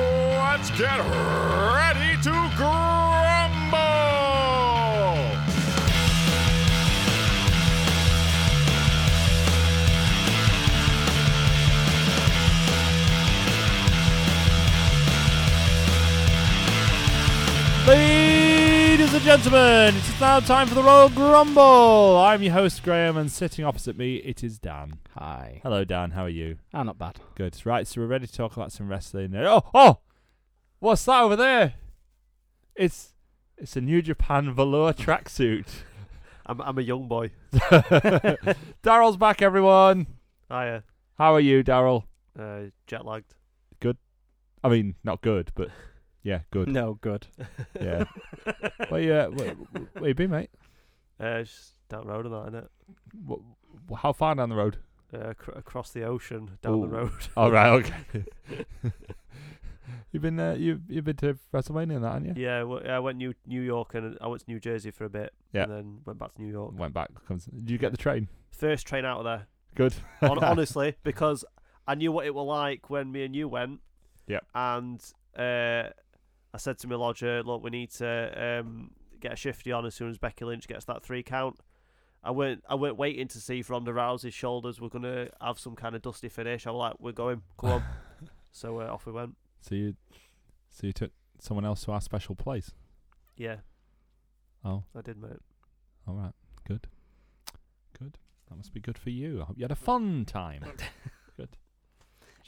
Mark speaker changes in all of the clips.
Speaker 1: Let's get ready to grumble!
Speaker 2: Ladies and gentlemen, it is now time for the Royal Grumble. I'm your host, Graham, and sitting opposite me, it is Dan.
Speaker 3: Hi.
Speaker 2: Hello, Dan. How are you?
Speaker 3: Ah, not bad.
Speaker 2: Good. Right, so we're ready to talk about some wrestling. Oh, oh! What's that over there? It's it's a New Japan velour tracksuit.
Speaker 4: I'm, I'm a young boy.
Speaker 2: Daryl's back, everyone.
Speaker 4: Hiya.
Speaker 2: How are you, Daryl?
Speaker 4: Uh, jet lagged.
Speaker 2: I mean, not good, but yeah, good.
Speaker 3: No, good.
Speaker 2: Yeah. Where you, uh, where, where you been, mate?
Speaker 4: Uh, just down the road and that, innit?
Speaker 2: Wh- wh- How far down the road?
Speaker 4: Uh, cr- across the ocean, down
Speaker 2: Ooh.
Speaker 4: the road.
Speaker 2: All Oh, right, okay. you've been uh, you you've been to WrestleMania and that, haven't you?
Speaker 4: yeah, well, yeah, I went New New York and I went to New Jersey for a bit.
Speaker 2: Yeah.
Speaker 4: And then went back to New York.
Speaker 2: Went back. Comes. Did you get the train?
Speaker 4: First train out of there.
Speaker 2: Good.
Speaker 4: Hon- honestly, because I knew what it were like when me and you went.
Speaker 2: Yep.
Speaker 4: And uh, I said to my lodger, look, we need to um, get a shifty on as soon as Becky Lynch gets that three count. I weren't, I weren't waiting to see if Ronda Rousey's shoulders were going to have some kind of dusty finish. I was like, we're going, come on. so uh, off we went.
Speaker 2: So you so you took someone else to our special place.
Speaker 4: Yeah,
Speaker 2: Oh,
Speaker 4: I did, mate.
Speaker 2: all right. Good. Good. That must be good for you. I hope you had a fun time. good.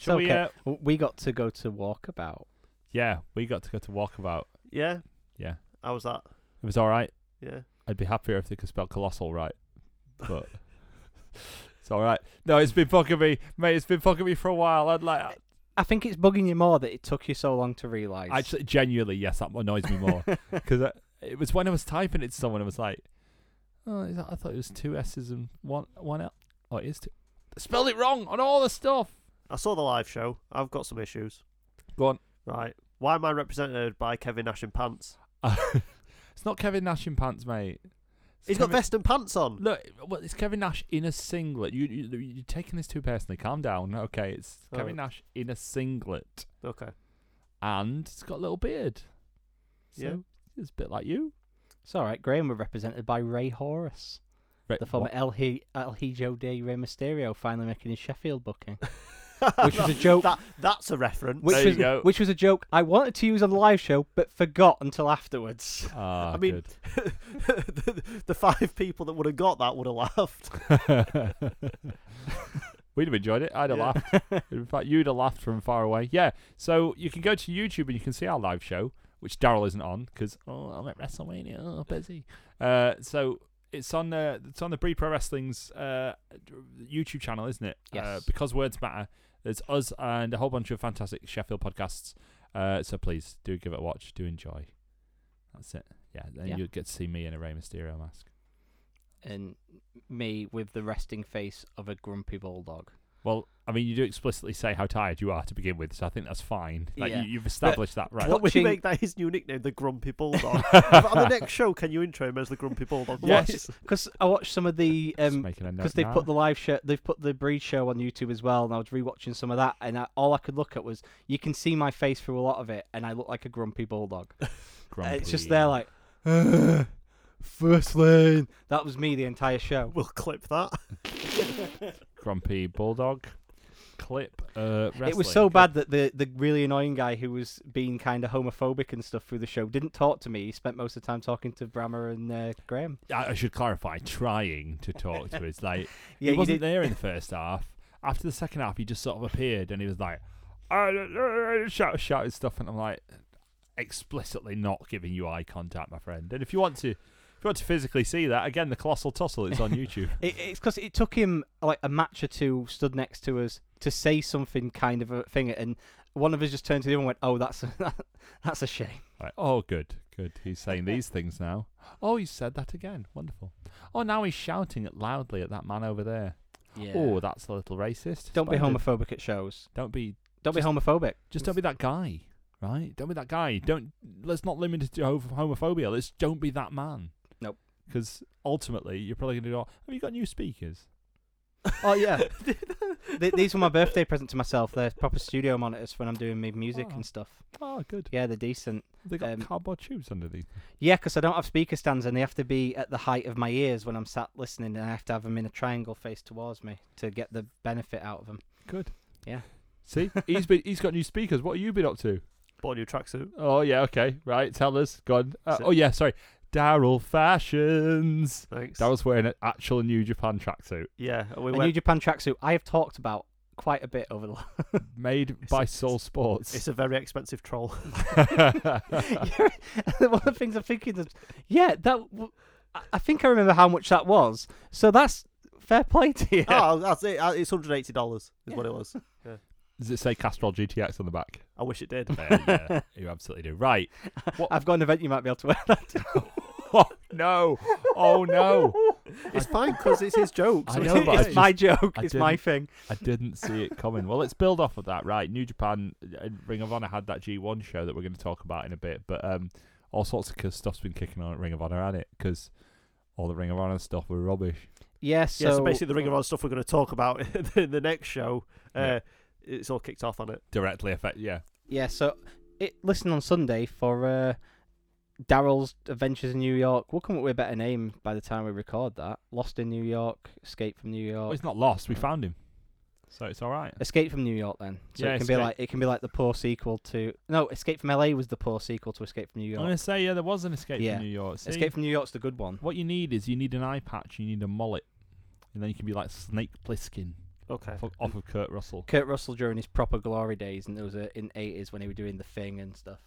Speaker 2: Shall we?
Speaker 3: okay.
Speaker 2: Uh,
Speaker 3: W- We got to go to walkabout.
Speaker 2: yeah, we got to go to walkabout.
Speaker 4: Yeah,
Speaker 2: Yeah,
Speaker 4: how was that?
Speaker 2: it was all right.
Speaker 4: Yeah.
Speaker 2: I'd be happier if they could spell colossal right, but it's all right. No, it's been fucking me, mate. It's been fucking me for a while. I'd like.
Speaker 3: I think it's bugging you more that it took you so long to realise.
Speaker 2: Actually, genuinely, yes, that annoys me more because it was when I was typing it to someone, I was like, "Oh, is that, I thought it was two S's and one one L. Oh, it is two. They spelled it wrong on all the stuff."
Speaker 4: I saw the live show. I've got some issues.
Speaker 2: Go on.
Speaker 4: Right. Why am I represented by Kevin Nash in pants?
Speaker 2: it's not Kevin Nash in pants, mate. It's
Speaker 4: He's got
Speaker 2: Kevin-
Speaker 4: vest and pants on.
Speaker 2: Look, well, it's Kevin Nash in a singlet. You, you you're taking this too personally. Calm down. Okay, it's
Speaker 4: Oh.
Speaker 2: Kevin Nash in a singlet,
Speaker 4: Okay.
Speaker 2: and it's got a little beard. So
Speaker 4: Yeah.
Speaker 2: it's a bit like you.
Speaker 3: it's all right. Graham were represented by Ray Horace,
Speaker 2: Right,
Speaker 3: the former
Speaker 2: what?
Speaker 3: El, he- El Hijo de Rey Mysterio, finally making his Sheffield booking, which was a joke.
Speaker 4: That that's a reference.
Speaker 3: Which
Speaker 2: There you
Speaker 3: was,
Speaker 2: go.
Speaker 3: which was a joke I wanted to use on the live show, but forgot until afterwards.
Speaker 2: Ah,
Speaker 4: I mean,
Speaker 2: good.
Speaker 4: the, the five people that would have got that would have laughed.
Speaker 2: We'd have enjoyed it. I'd have
Speaker 4: Yeah.
Speaker 2: laughed. In fact, you'd have laughed from far away. Yeah. So you can go to YouTube and you can see our live show, which Daryl isn't on because oh, I'm at WrestleMania, oh, busy. Uh, so it's on the it's on the Bree Pro Wrestling's uh, YouTube channel, isn't it? Uh,
Speaker 3: Yes.
Speaker 2: because words matter. There's us and a whole bunch of fantastic Sheffield podcasts. Uh, so please do give it a watch. Do enjoy. That's it. Yeah. Then
Speaker 3: Yeah.
Speaker 2: you'll get to see me in a Rey Mysterio mask.
Speaker 3: And me with the resting face of a grumpy bulldog.
Speaker 2: Well, I mean, you do explicitly say how tired you are to begin with, so I think that's fine. Like,
Speaker 3: Yeah.
Speaker 2: you, you've established that, right?
Speaker 4: What would you
Speaker 3: Watching-
Speaker 4: make that his new nickname, the Grumpy Bulldog? On the next show, can you intro him as the Grumpy Bulldog?
Speaker 2: Yes.
Speaker 3: Because I watched some of the
Speaker 2: Just
Speaker 3: um,
Speaker 2: making a note
Speaker 3: because they've
Speaker 2: now.
Speaker 3: put the live show, they've put the breed show on YouTube as well, and I was rewatching some of that, and I, all I could look at was you can see my face through a lot of it, and I look like a grumpy bulldog.
Speaker 2: Grumpy.
Speaker 3: It's just there like, "Ugh, first lane. That was me the entire show.
Speaker 4: We'll clip that.
Speaker 2: grumpy bulldog clip. Uh,
Speaker 3: It was
Speaker 2: wrestling.
Speaker 3: so bad that the the really annoying guy who was being kind of homophobic and stuff through the show didn't talk to me. He spent most of the time talking to Brammer and uh, Graham.
Speaker 2: I, I should clarify. Trying to talk to his like
Speaker 3: Yeah,
Speaker 2: he
Speaker 3: you
Speaker 2: wasn't
Speaker 3: did.
Speaker 2: there in the first half. After the second half, he just sort of appeared and he was like, "Ah, ah, ah," shout, shouting stuff, and I'm like, explicitly not giving you eye contact, my friend. And if you want to, if you want to physically see that, again, the colossal tussle is on YouTube.
Speaker 3: It, it's because it took him like a match or two stood next to us to say something kind of a thing, and one of us just turned to the other and went, "Oh, that's a, that's a shame."
Speaker 2: Right. Oh, good, good. He's saying these things now. Oh, he said that again. Wonderful. Oh, now he's shouting it loudly at that man over there.
Speaker 3: Yeah.
Speaker 2: Oh, that's a little racist.
Speaker 3: don't be
Speaker 2: Splendid.
Speaker 3: homophobic at shows.
Speaker 2: Don't be.
Speaker 3: Don't
Speaker 2: Just-
Speaker 3: be homophobic.
Speaker 2: Just don't be that guy, right? Don't be that guy. Don't. Let's not limit it to ho- homophobia. Let's don't be that man.
Speaker 3: Nope.
Speaker 2: Because ultimately, you're probably going to go. Have you got new speakers?
Speaker 3: Oh yeah. Th- these were my birthday present to myself. They're proper studio monitors for when I'm doing my music
Speaker 2: Oh.
Speaker 3: and stuff.
Speaker 2: Oh, good.
Speaker 3: Yeah, they're decent.
Speaker 2: They got
Speaker 3: Um,
Speaker 2: cardboard tubes underneath.
Speaker 3: Yeah, 'cause I don't have speaker stands and they have to be at the height of my ears when I'm sat listening, and I have to have them in a triangle face towards me to get the benefit out of them.
Speaker 2: Good.
Speaker 3: Yeah.
Speaker 2: See, he's been he's got new speakers. What have you been up to?
Speaker 4: Bought a new tracksuit.
Speaker 2: Oh yeah, okay, right. Tell us. Go on. Uh,
Speaker 4: So-
Speaker 2: oh yeah, sorry. Daryl fashions.
Speaker 4: Thanks.
Speaker 2: Daryl's wearing an actual New Japan tracksuit
Speaker 4: yeah, and we
Speaker 3: a New
Speaker 4: went.
Speaker 3: Japan tracksuit I have talked about quite a bit over the. last
Speaker 2: made by Soul Sports.
Speaker 4: It's a very expensive troll.
Speaker 3: One of the things I'm thinking is, yeah, that. W- I- I think I remember how much that was. So that's fair play to you.
Speaker 4: Oh, that's it. Uh, It's hundred eighty dollars is what it was.
Speaker 2: Does it say Castrol GTX on the back?
Speaker 4: I wish it did.
Speaker 2: There, yeah, you absolutely do. Right. What?
Speaker 3: I've got an event you might be able to wear that. to.
Speaker 2: oh no! Oh no!
Speaker 4: It's fine because it's his joke.
Speaker 2: I
Speaker 4: so
Speaker 2: know, but I
Speaker 3: it's
Speaker 2: just-
Speaker 3: my joke.
Speaker 2: I
Speaker 3: it's my
Speaker 2: didn't-
Speaker 3: thing.
Speaker 2: I didn't see it coming. Well, let's build off of that, right? New Japan, uh, Ring of Honor had that G1 show that we're going to talk about in a bit, but um, all sorts of c- stuff's been kicking on at Ring of Honor, hasn't it? Because all the Ring of Honor stuff were rubbish.
Speaker 3: Yeah. So,
Speaker 4: yeah, so basically the Ring of Honor stuff we're going to talk about in the next show. Uh,
Speaker 2: uh, Yeah.
Speaker 4: It's all kicked off on it.
Speaker 2: Directly affect, yeah.
Speaker 3: Yeah, so it, listen on Sunday for uh, Daryl's Adventures in New York. We'll come up with a better name by the time we record that. Lost in New York, Escape from New
Speaker 2: Well,
Speaker 3: York,
Speaker 2: it's not lost. We found him, so it's all right.
Speaker 3: Escape from New York. Then, so
Speaker 2: Yeah,
Speaker 3: it can
Speaker 2: Escape-
Speaker 3: be like it can be like the poor sequel to no Escape from LA was the poor sequel to Escape from New
Speaker 2: I'm
Speaker 3: York.
Speaker 2: going to say, yeah, there was an escape
Speaker 3: Yeah.
Speaker 2: from New York. See,
Speaker 3: Escape from New York's the good one.
Speaker 2: what you need is you need an eye patch, you need a mullet, and then you can be like Snake Plissken
Speaker 4: Okay.
Speaker 2: off, off of Kurt Russell.
Speaker 3: Kurt Russell during his proper glory days, and there was a, in eighties when he was doing the thing and stuff.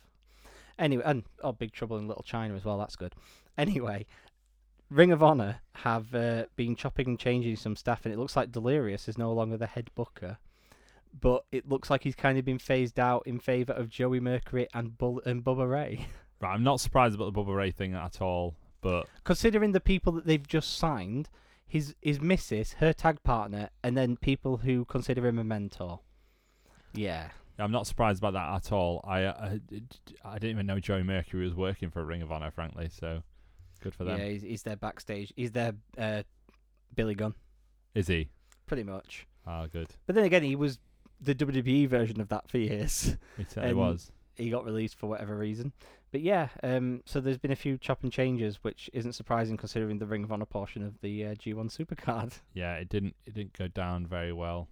Speaker 3: Anyway, and oh, Big Trouble in Little China as well. That's good. Anyway, Ring of Honor have uh, been chopping and changing some stuff, and it looks like Delirious is no longer the head booker, but it looks like he's kind of been phased out in favor of Joey Mercury and Bull and Bubba Ray,
Speaker 2: Right, I'm not surprised about the Bubba Ray thing at all, but
Speaker 3: considering the people that they've just signed. His, his missus, her tag partner, and then people who consider him a mentor. Yeah.
Speaker 2: I'm not surprised about that at all. I uh, I, I didn't even know Joey Mercury was working for Ring of Honor, frankly. So good for them.
Speaker 3: Yeah, he's, he's their backstage. He's their uh, Billy Gunn,
Speaker 2: Is he?
Speaker 3: pretty much.
Speaker 2: Ah, good.
Speaker 3: But then again, he was the WWE version of that for years.
Speaker 2: He certainly
Speaker 3: Um,
Speaker 2: was.
Speaker 3: he got released for whatever reason. But yeah, um, so there's been a few chop and changes, which isn't surprising considering the Ring of Honor portion of the uh, G1 Supercard.
Speaker 2: Yeah, it didn't it didn't go down very well.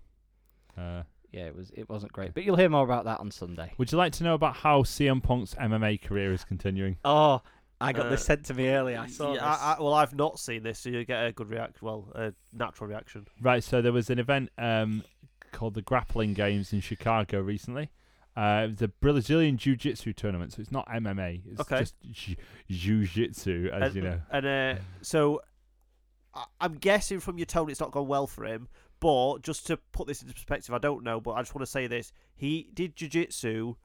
Speaker 2: Uh,
Speaker 3: Yeah, it was. It wasn't great, but you'll hear more about that on Sunday.
Speaker 2: would you like to know about how CM Punk's MMA career is continuing?
Speaker 3: Oh, I got this
Speaker 4: Uh,
Speaker 3: sent to me earlier. I saw
Speaker 4: Yeah,
Speaker 3: this.
Speaker 4: I, I, well, I've not seen this, so you get a good react. Well, a natural reaction.
Speaker 2: Right, so there was an event um, called the Grappling Games in Chicago recently. Uh, it was a Brazilian Jiu Jitsu tournament, so it's not MMA. It's
Speaker 4: Okay.
Speaker 2: just Jiu- Jiu Jitsu, as
Speaker 4: and,
Speaker 2: you know.
Speaker 4: And uh, so, I, I'm guessing from your tone, it's not gone well for him. But just to put this into perspective, I don't know, but I just want to say this: he did jujitsu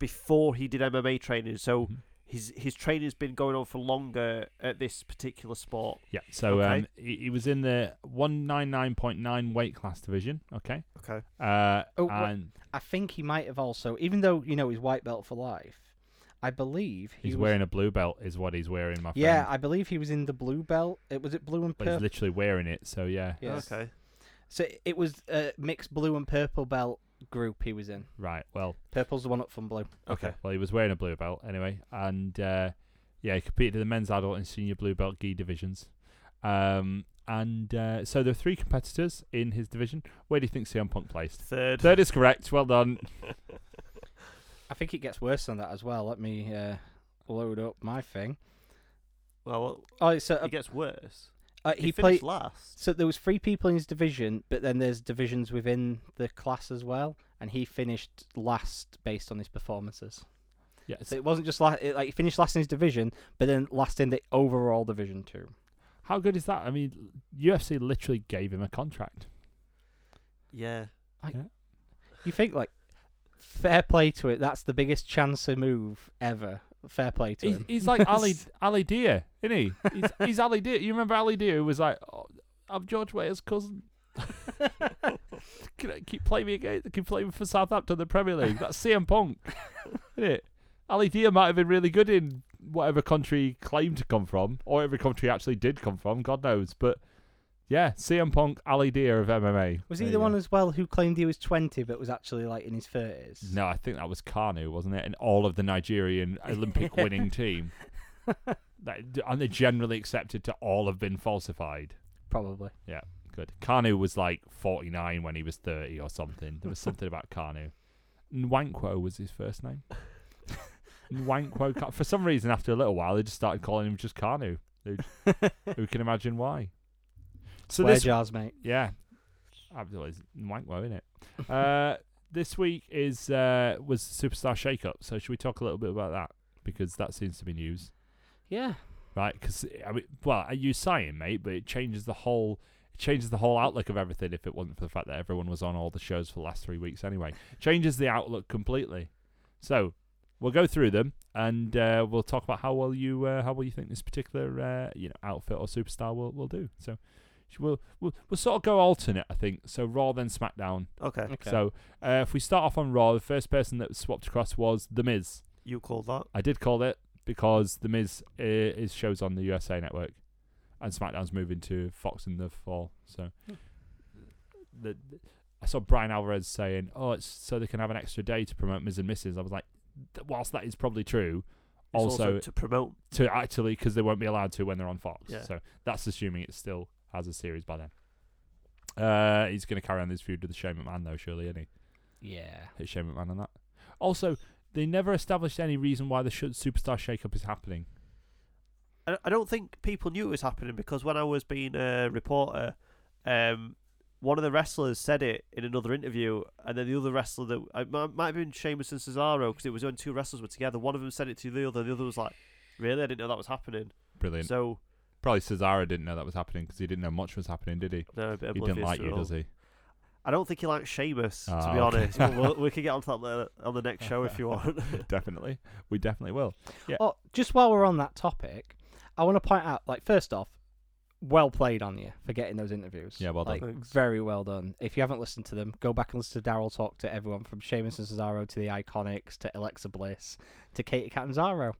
Speaker 4: before he did MMA training, so
Speaker 2: Mhm.
Speaker 4: his his training's been going on for longer at this particular sport.
Speaker 2: Yeah, so
Speaker 4: Okay.
Speaker 2: um, he, he was in the 199.9 weight class division, okay?
Speaker 4: Okay.
Speaker 2: Uh,
Speaker 3: Oh, what-
Speaker 2: and
Speaker 3: I think he might have also, even though you know he's white belt for life. I believe he
Speaker 2: he's
Speaker 3: was,
Speaker 2: wearing a blue belt, is what he's wearing, my friend.
Speaker 3: Yeah, uh, I believe he was in the blue belt. It was it blue and
Speaker 2: but he's
Speaker 3: purple.
Speaker 2: literally wearing it, so yeah.
Speaker 3: Yeah.
Speaker 4: Okay.
Speaker 3: So i- it was a mixed blue and purple belt group he was in.
Speaker 2: Right, well,
Speaker 3: Purple's the one up from blue.
Speaker 4: Okay.
Speaker 2: well, he was wearing a blue belt anyway, and uh, yeah, he competed in the men's adult and senior blue belt gi divisions. Um, and uh, so there are three competitors in his division. Where do you think CM Punk placed?
Speaker 4: Third.
Speaker 2: Third is correct. Well done.
Speaker 3: I think it gets worse than that as well. Let me uh, load up my thing.
Speaker 4: Well,
Speaker 3: Oh, so uh,
Speaker 4: it gets worse.
Speaker 3: uh,
Speaker 4: He,
Speaker 3: he
Speaker 4: finished
Speaker 3: played.
Speaker 4: last.
Speaker 3: So there was three people in his division, but then there's divisions within the class as well, and he finished last based on his performances.
Speaker 2: Yeah,
Speaker 3: So it wasn't just la- it, like he finished last in his division, but then last in the overall division too.
Speaker 2: how good is that? I mean, UFC literally gave him a contract.
Speaker 4: Yeah.
Speaker 3: You think like fair play to it. That's the biggest chance of move ever. Fair play to
Speaker 2: He's,
Speaker 3: him.
Speaker 2: he's like Ali Ali Deer, isn't he? He's, he's Ali Deer. You remember Ali Deer who was like, oh, "I'm George Weah's cousin." can, I, keep playing me again? Can play me for Southampton, the Premier League. That's CM Punk, isn't it? Ali Deer might have been really good in whatever country he claimed to come from, or every country he actually did come from. God knows, but Yeah, CM Punk, Ali Deer of MMA.
Speaker 3: Was
Speaker 2: There
Speaker 3: he
Speaker 2: you
Speaker 3: the one
Speaker 2: go.
Speaker 3: as well who claimed he was 20 but was actually like in his 30s?
Speaker 2: No, I think that was Kanu, wasn't it? And all of the Nigerian Olympic winning team. That, and they generally accepted to all have been falsified.
Speaker 3: Probably.
Speaker 2: Good. Kanu was like 49 when he was 30 or something. There was something about Kanu. Nwankwo was his first name. Nwankwo. Ka- For some reason, after a little while, they just started calling him just Kanu. Who, who can imagine why? So
Speaker 3: Wear
Speaker 2: this
Speaker 3: jars, mate.
Speaker 2: yeah. Absolutely it's wankwo, isn't it? Uh, this week is uh, was Superstar Shake Up, so should we talk a little bit about that? Because that seems to be news.
Speaker 3: Yeah.
Speaker 2: Right, because I mean well, I use saying, mate, but it changes the whole it changes the whole outlook of everything if it wasn't for the fact that everyone was on all the shows for the last three weeks anyway. Changes the outlook completely. So we'll go through them and uh, we'll talk about how well you uh, how well you think this particular uh, you know outfit or superstar will, will do. So sh- we'll, we'll we'll sort of go alternate, I think. So Raw then SmackDown.
Speaker 4: Okay,
Speaker 3: Okay.
Speaker 2: So uh, if we start off on Raw, the first person that was swapped across was The Miz.
Speaker 4: you called that.
Speaker 2: I did call it because The Miz uh, is shows on the USA network, and SmackDown's moving to Fox in the fall. So,
Speaker 4: Hmm.
Speaker 2: the, the- I saw Brian Alvarez saying, "Oh, it's so they can have an extra day to promote Miz and Mrs." I was like, th- whilst that is probably true,
Speaker 4: It's
Speaker 2: also
Speaker 4: to promote.
Speaker 2: to actually because they won't be allowed to when they're on Fox.
Speaker 4: Yeah.
Speaker 2: So that's assuming it still has a series by then. Uh, he's going to carry on this feud with the Shane McMahon though, surely, isn't he?
Speaker 3: Yeah.
Speaker 2: Hit Shane McMahon on that. Also, they never established any reason why the sh- superstar shakeup is happening.
Speaker 4: I I don't think people knew it was happening because when I was being a reporter, um, one of the wrestlers said it in another interview, and then the other wrestler that it mi- might have been Sheamus and Cesaro because it was when two wrestlers were together. One of them said it to the other, the other was like, "Really, I didn't know that was happening."
Speaker 2: Brilliant.
Speaker 4: So
Speaker 2: Probably Cesaro didn't know that was happening because he didn't know much was happening, did he?
Speaker 4: no, a bit
Speaker 2: He
Speaker 4: oblivious
Speaker 2: didn't like
Speaker 4: to it
Speaker 2: you,
Speaker 4: all.
Speaker 2: does he?
Speaker 4: I don't think he likes Sheamus, to
Speaker 2: Ah,
Speaker 4: be
Speaker 2: okay.
Speaker 4: honest. But we'll, we can get onto that later, on the next show if you want.
Speaker 2: definitely. We definitely will.
Speaker 3: Oh, just while we're on that topic, I want to point out, like, first off, well played on you for getting those interviews.
Speaker 2: Yeah, well done.
Speaker 3: Like,
Speaker 4: Thanks.
Speaker 3: very well done. If you haven't listened to them, go back and listen to Daryl talk to everyone from Sheamus and Cesaro to the Iconics to Alexa Bliss to Katie Catanzaro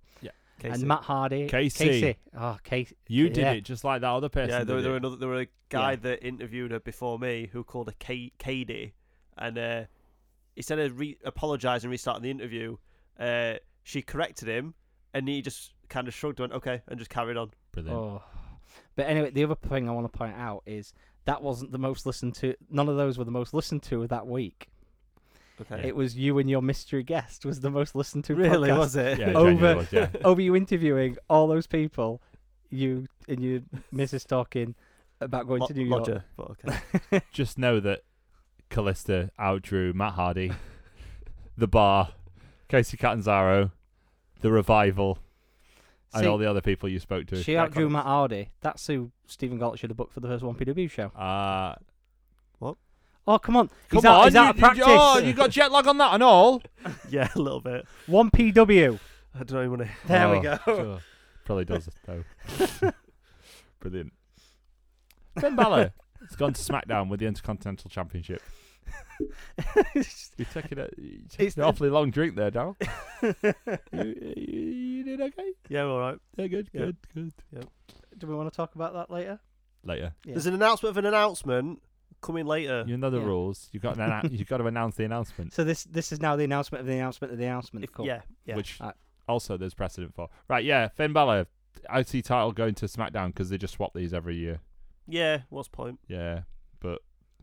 Speaker 4: Casey.
Speaker 3: and Matt Hardy.
Speaker 2: Casey.
Speaker 3: Casey. Oh, Casey.
Speaker 2: You did
Speaker 3: Yeah.
Speaker 2: it just like that other person.
Speaker 4: yeah, there,
Speaker 2: did
Speaker 4: there, were
Speaker 2: it.
Speaker 4: another, there were a guy
Speaker 3: Yeah.
Speaker 4: that interviewed her before me who called her K- KD, and uh, instead of re- apologising and restarting the interview, uh, she corrected him, and he just kind of shrugged, went okay, and just carried on.
Speaker 2: Brilliant.
Speaker 3: Oh. But anyway, the other thing I want to point out is that wasn't the most listened to. None of those were the most listened to of that week.
Speaker 4: Okay,
Speaker 3: It was you and your mystery guest was the most listened to.
Speaker 4: really
Speaker 3: podcast. Oh,
Speaker 4: was it?
Speaker 2: Yeah, it
Speaker 3: Over-
Speaker 2: genuinely was, yeah.
Speaker 3: over you interviewing all those people, you and you Mrs. talking about going
Speaker 4: Lo-
Speaker 3: to New York.
Speaker 4: Roger, but okay.
Speaker 2: Just know that Callista outdrew Matt Hardy, The Bar, Casey Catanzaro, The Revival, and
Speaker 3: See,
Speaker 2: all the other people you spoke to.
Speaker 3: she
Speaker 2: Yeah,
Speaker 3: outdrew
Speaker 2: Colin.
Speaker 3: Matt Hardy. That's who Stephen Galt should have booked for the first one PW show.
Speaker 2: Uh,
Speaker 3: Oh come on,
Speaker 2: Come
Speaker 3: he's out,
Speaker 2: on,
Speaker 3: he's out
Speaker 2: you,
Speaker 3: of
Speaker 2: you-
Speaker 3: practice.
Speaker 2: oh, you got jet lag on that and all.
Speaker 4: yeah, a little bit.
Speaker 3: one PW.
Speaker 4: I don't even want
Speaker 3: There we
Speaker 2: Oh,
Speaker 3: go.
Speaker 2: sure. Probably does though. Brilliant. Ben Balor has gone to SmackDown with the Intercontinental Championship. You're taking a you're taking
Speaker 3: It's-
Speaker 2: an awfully long drink there, Daryl. you, you, you did okay.
Speaker 4: to. Yeah, all right.
Speaker 2: Yeah, good,
Speaker 4: Yeah.
Speaker 2: good, good.
Speaker 3: Do we want to talk about that later?
Speaker 2: Later,
Speaker 3: Yeah.
Speaker 4: There's an announcement of an announcement coming later.
Speaker 2: you know the
Speaker 3: Yeah.
Speaker 2: rules. You got an annou- you got to announce the announcement,
Speaker 3: So this this is now the announcement of the announcement of the announcement.
Speaker 4: If-
Speaker 3: cool.
Speaker 4: Yeah, yeah.
Speaker 2: which
Speaker 3: Alright.
Speaker 2: also there's precedent for. Right, yeah, Finn Balor, IC title going to SmackDown because they just swap these every year.
Speaker 4: yeah, what's the point?
Speaker 2: Yeah, but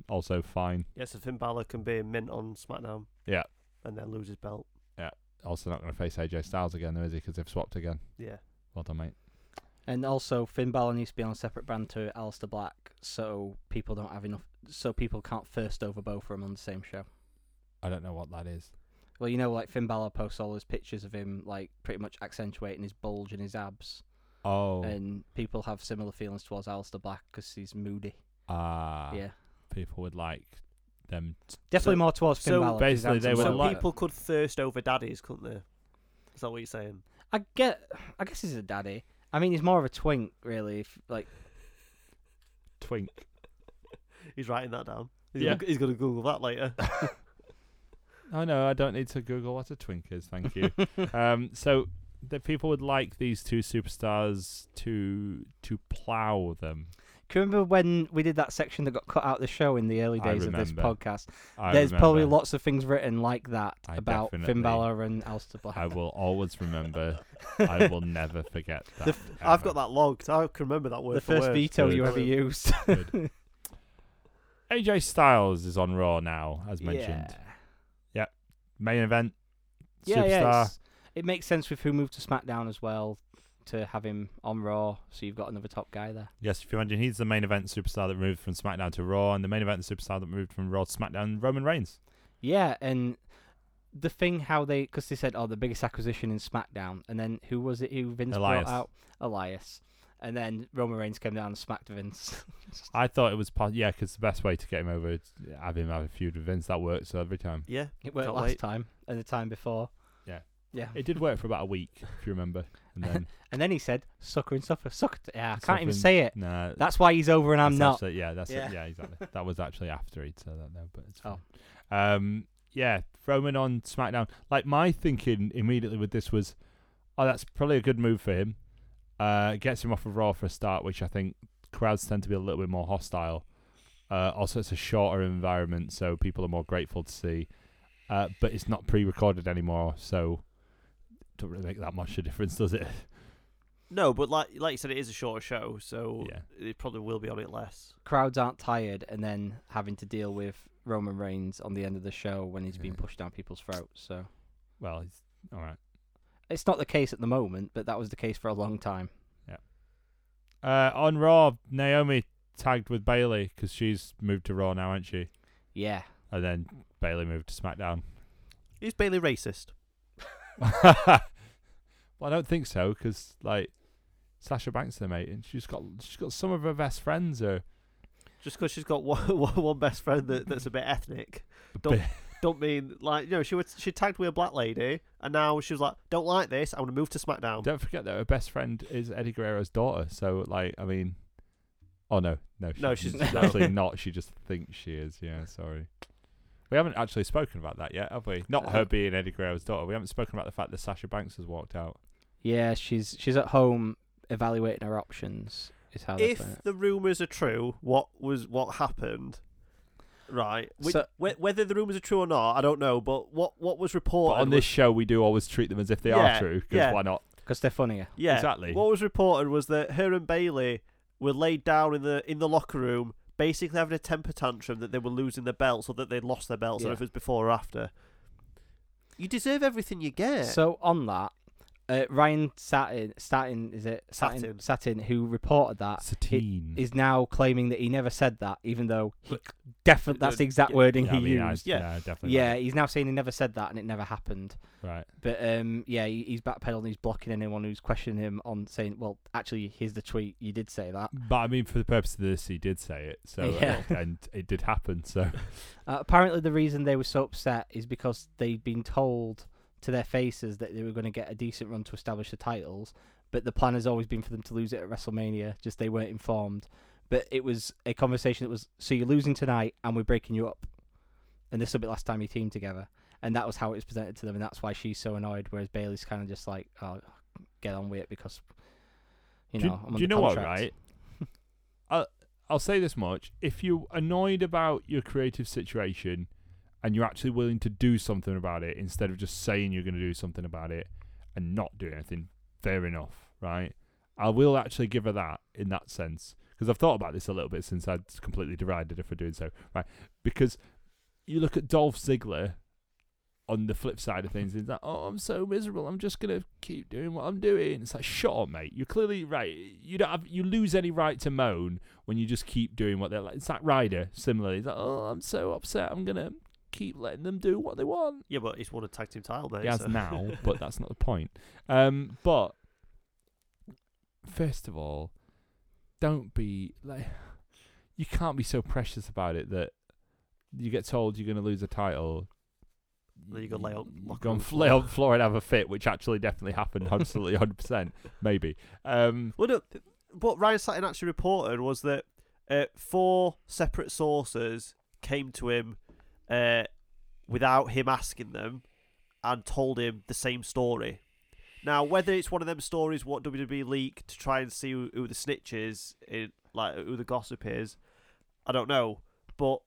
Speaker 2: also fine.
Speaker 4: Yeah, so Finn Balor can be a mint on SmackDown.
Speaker 2: Yeah.
Speaker 4: And then lose his belt.
Speaker 2: Also not going to face AJ Styles again, though, is he? Because they've swapped again.
Speaker 4: Yeah.
Speaker 2: Well done, mate.
Speaker 3: And also, Finn Balor needs to be on a separate brand to Alistair Black, so people don't have enough, so people can't first over both of them on the same show.
Speaker 2: I don't know what that is.
Speaker 3: Well, you know, like Finn Balor posts all his pictures of him, like pretty much accentuating his bulge and his abs,
Speaker 2: Oh,
Speaker 3: and people have similar feelings towards Alistair Black because he's moody.
Speaker 2: ah,
Speaker 3: yeah,
Speaker 2: People would like them. t-
Speaker 3: definitely
Speaker 4: so-
Speaker 3: more towards Finn
Speaker 4: so
Speaker 3: Balor. 'cause
Speaker 2: basically
Speaker 3: he's
Speaker 2: they
Speaker 3: handsome
Speaker 2: were
Speaker 4: so
Speaker 3: as well.
Speaker 2: like-
Speaker 4: people could thirst over daddies, couldn't they? Is that what you're saying?
Speaker 3: I get. I guess he's a daddy. I mean, he's more of a twink, really. If, like,
Speaker 2: Twink.
Speaker 4: He's writing that down. He's
Speaker 2: Yeah.
Speaker 4: Gonna, he's going to Google that later.
Speaker 2: Oh no, I don't need to Google what a twink is. Thank you. um, so the people would like these two superstars to to plow them.
Speaker 3: Can you remember when we did that section that got cut out of the show in the early
Speaker 2: I
Speaker 3: days of this
Speaker 2: remember.
Speaker 3: podcast?
Speaker 2: I
Speaker 3: There's probably
Speaker 2: remember.
Speaker 3: lots of things written like that
Speaker 2: I
Speaker 3: about Finn
Speaker 2: definitely-
Speaker 3: Balor and Alistair Black.
Speaker 2: I will always remember. I will never forget that.
Speaker 3: The
Speaker 4: I've got that logged. I can remember that word.
Speaker 3: the
Speaker 4: for
Speaker 3: first
Speaker 4: word.
Speaker 3: veto you
Speaker 2: Good.
Speaker 3: ever used.
Speaker 2: Good. AJ Styles is on Raw now, as mentioned.
Speaker 3: Yeah.
Speaker 2: Main event.
Speaker 3: Yeah,
Speaker 2: superstar.
Speaker 3: yeah, it's- It makes sense with who moved to SmackDown as well to have him on Raw, so you've got another top guy there.
Speaker 2: Yes, if you imagine, he's the main event superstar that moved from SmackDown to Raw, and the main event superstar that moved from Raw to SmackDown, Roman Reigns.
Speaker 3: Yeah, and the thing how they because they said oh the biggest acquisition in SmackDown, and then who was it who Vince
Speaker 2: Elias.
Speaker 3: brought out Elias, and then Roman Reigns came down and smacked Vince.
Speaker 2: I thought it was, po- yeah, because the best way to get him over is to have him have a feud with Vince. That works every time.
Speaker 4: Yeah.
Speaker 3: it worked
Speaker 4: Can't
Speaker 3: last
Speaker 4: wait.
Speaker 3: time and the time before.
Speaker 2: Yeah.
Speaker 3: yeah,
Speaker 2: It did work for about a week, if you remember. And then,
Speaker 3: and then he said sucker and suffer, sucker. Yeah, I can't
Speaker 2: Sucker
Speaker 3: even
Speaker 2: and-
Speaker 3: say it.
Speaker 2: nah,
Speaker 3: That's why he's over and I'm
Speaker 2: that's
Speaker 3: not.
Speaker 2: actually- yeah, that's
Speaker 3: Yeah.
Speaker 2: It, yeah, exactly. that was actually after he'd said that, though, but it's
Speaker 3: Oh.
Speaker 2: fine. Um, yeah, Roman on SmackDown. Like, my thinking immediately with this was, oh, that's probably a good move for him. Uh, gets him off of Raw for a start, which I think crowds tend to be a little bit more hostile. Uh, also, it's a shorter environment, so people are more grateful to see. Uh, but it's not pre-recorded anymore, so don't really make that much of a difference, does it?
Speaker 4: No, but like like you said, it is a shorter show, so
Speaker 2: Yeah.
Speaker 4: it probably will be on it less.
Speaker 3: crowds aren't tired and then having to deal with Roman Reigns on the end of the show when he's being
Speaker 2: Yeah.
Speaker 3: pushed down people's throats. So
Speaker 2: Well, it's, all right.
Speaker 3: it's not the case at the moment, but that was the case for a long time.
Speaker 2: Uh, on Raw, Naomi tagged with Bailey because she's moved to Raw now, hasn't she?
Speaker 3: Yeah.
Speaker 2: And then Bailey moved to SmackDown.
Speaker 4: Is Bailey racist?
Speaker 2: well, I don't think so because like Sasha Banks, their mate, and she's got she's got some of her best friends are
Speaker 4: Just because she's got one, one best friend that, that's a bit ethnic,
Speaker 2: a
Speaker 4: Don't-
Speaker 2: bit-
Speaker 4: don't mean like you know she was she tagged with a black lady, and now she was like, don't like this. I'm gonna move to SmackDown.
Speaker 2: Don't forget that her best friend is Eddie Guerrero's daughter. So like, I mean, oh no, no, she's,
Speaker 4: No, she's-
Speaker 2: she's
Speaker 4: no.
Speaker 2: actually not. She just thinks she is. Yeah, sorry. We haven't actually spoken about that yet, have we? Not
Speaker 4: Uh-huh.
Speaker 2: her
Speaker 3: Uh-uh.
Speaker 2: being Eddie Guerrero's daughter. We haven't spoken about the fact that Sasha Banks has walked out.
Speaker 3: Yeah, she's she's at home evaluating her options is how they
Speaker 4: if
Speaker 3: put it.
Speaker 4: the rumors are true, what was what happened? Right. Wh-
Speaker 3: So-
Speaker 4: wh- whether the rumors are true or not, I don't know. But what what was
Speaker 2: But
Speaker 4: reported
Speaker 2: on this show, we do always treat them as if they
Speaker 4: Yeah,
Speaker 2: are true. Because
Speaker 4: yeah.
Speaker 2: why not?
Speaker 3: Because they're funnier.
Speaker 4: Yeah,
Speaker 2: Exactly.
Speaker 4: What was reported was that her and Bailey were laid down in the in the locker room, basically having a temper tantrum that they were losing their belts or that they'd lost their belts,
Speaker 3: Yeah.
Speaker 4: or if it was before or after. You deserve everything you get.
Speaker 3: So on that, uh, Ryan Satin Satin is it Satin
Speaker 4: Satin.
Speaker 3: Satin who reported that
Speaker 2: Satine.
Speaker 3: is now claiming that he never said that, even though he definitely that's the exact
Speaker 4: yeah,
Speaker 3: wording
Speaker 2: yeah,
Speaker 3: he
Speaker 2: I mean, I-
Speaker 3: used.
Speaker 4: Yeah.
Speaker 2: yeah, definitely.
Speaker 3: Yeah, he's now saying he never said that and it never happened.
Speaker 2: Right.
Speaker 3: But um, yeah, he- he's backpedaling. He's blocking anyone who's questioning him on saying, "Well, actually, here's the tweet. You did say that."
Speaker 2: But I mean, for the purpose of this, he did say it. So
Speaker 3: Yeah.
Speaker 2: uh, and it did happen. So
Speaker 3: Uh, apparently, the reason they were so upset is because they'd been told to their faces that they were going to get a decent run to establish the titles, but the plan has always been for them to lose it at WrestleMania. Just they weren't informed. But it was a conversation that was, "So you're losing tonight, and we're breaking you up." And this will be the last time you team together. And that was how it was presented to them, and that's why she's so annoyed. Whereas Bailey's kind of just like, "Oh, get on with it," because you
Speaker 2: do
Speaker 3: know, I'm
Speaker 2: do
Speaker 3: on
Speaker 2: you
Speaker 3: the
Speaker 2: know
Speaker 3: contract."
Speaker 2: what? Right. I'll, I'll say this much: if you're annoyed about your creative situation, and you're actually willing to do something about it instead of just saying you're going to do something about it and not doing anything, fair enough, right? I will actually give her that in that sense because I've thought about this a little bit since I'd completely derided her for doing so, right? Because you look at Dolph Ziggler on the flip side of things, it's like, oh, I'm so miserable. I'm just gonna keep doing what I'm doing. It's like, shut up, mate. You're clearly right. You don't have you lose any right to moan when you just keep doing what they're like. It's that Ryder similarly. It's like, oh, I'm so upset. I'm gonna keep letting them do what they want.
Speaker 4: yeah, but he's won a tag team title, mate.
Speaker 2: He has
Speaker 4: so-
Speaker 2: now, but that's not the point. Um, but first of all, don't be like you can't be so precious about it that you get told you're going to lose a title.
Speaker 4: That you go lay on-
Speaker 2: you
Speaker 4: lock
Speaker 2: go
Speaker 4: on
Speaker 2: and
Speaker 4: the
Speaker 2: f- lay on the floor and have a fit, which actually definitely happened, absolutely hundred percent, maybe. Um,
Speaker 4: Well, no, th- what Ryan Satin actually reported was that uh, four separate sources came to him uh, without him asking them and told him the same story. Now, whether it's one of them stories what WWE leak to try and see who, who the snitch is, it, like who the gossip is, I don't know. But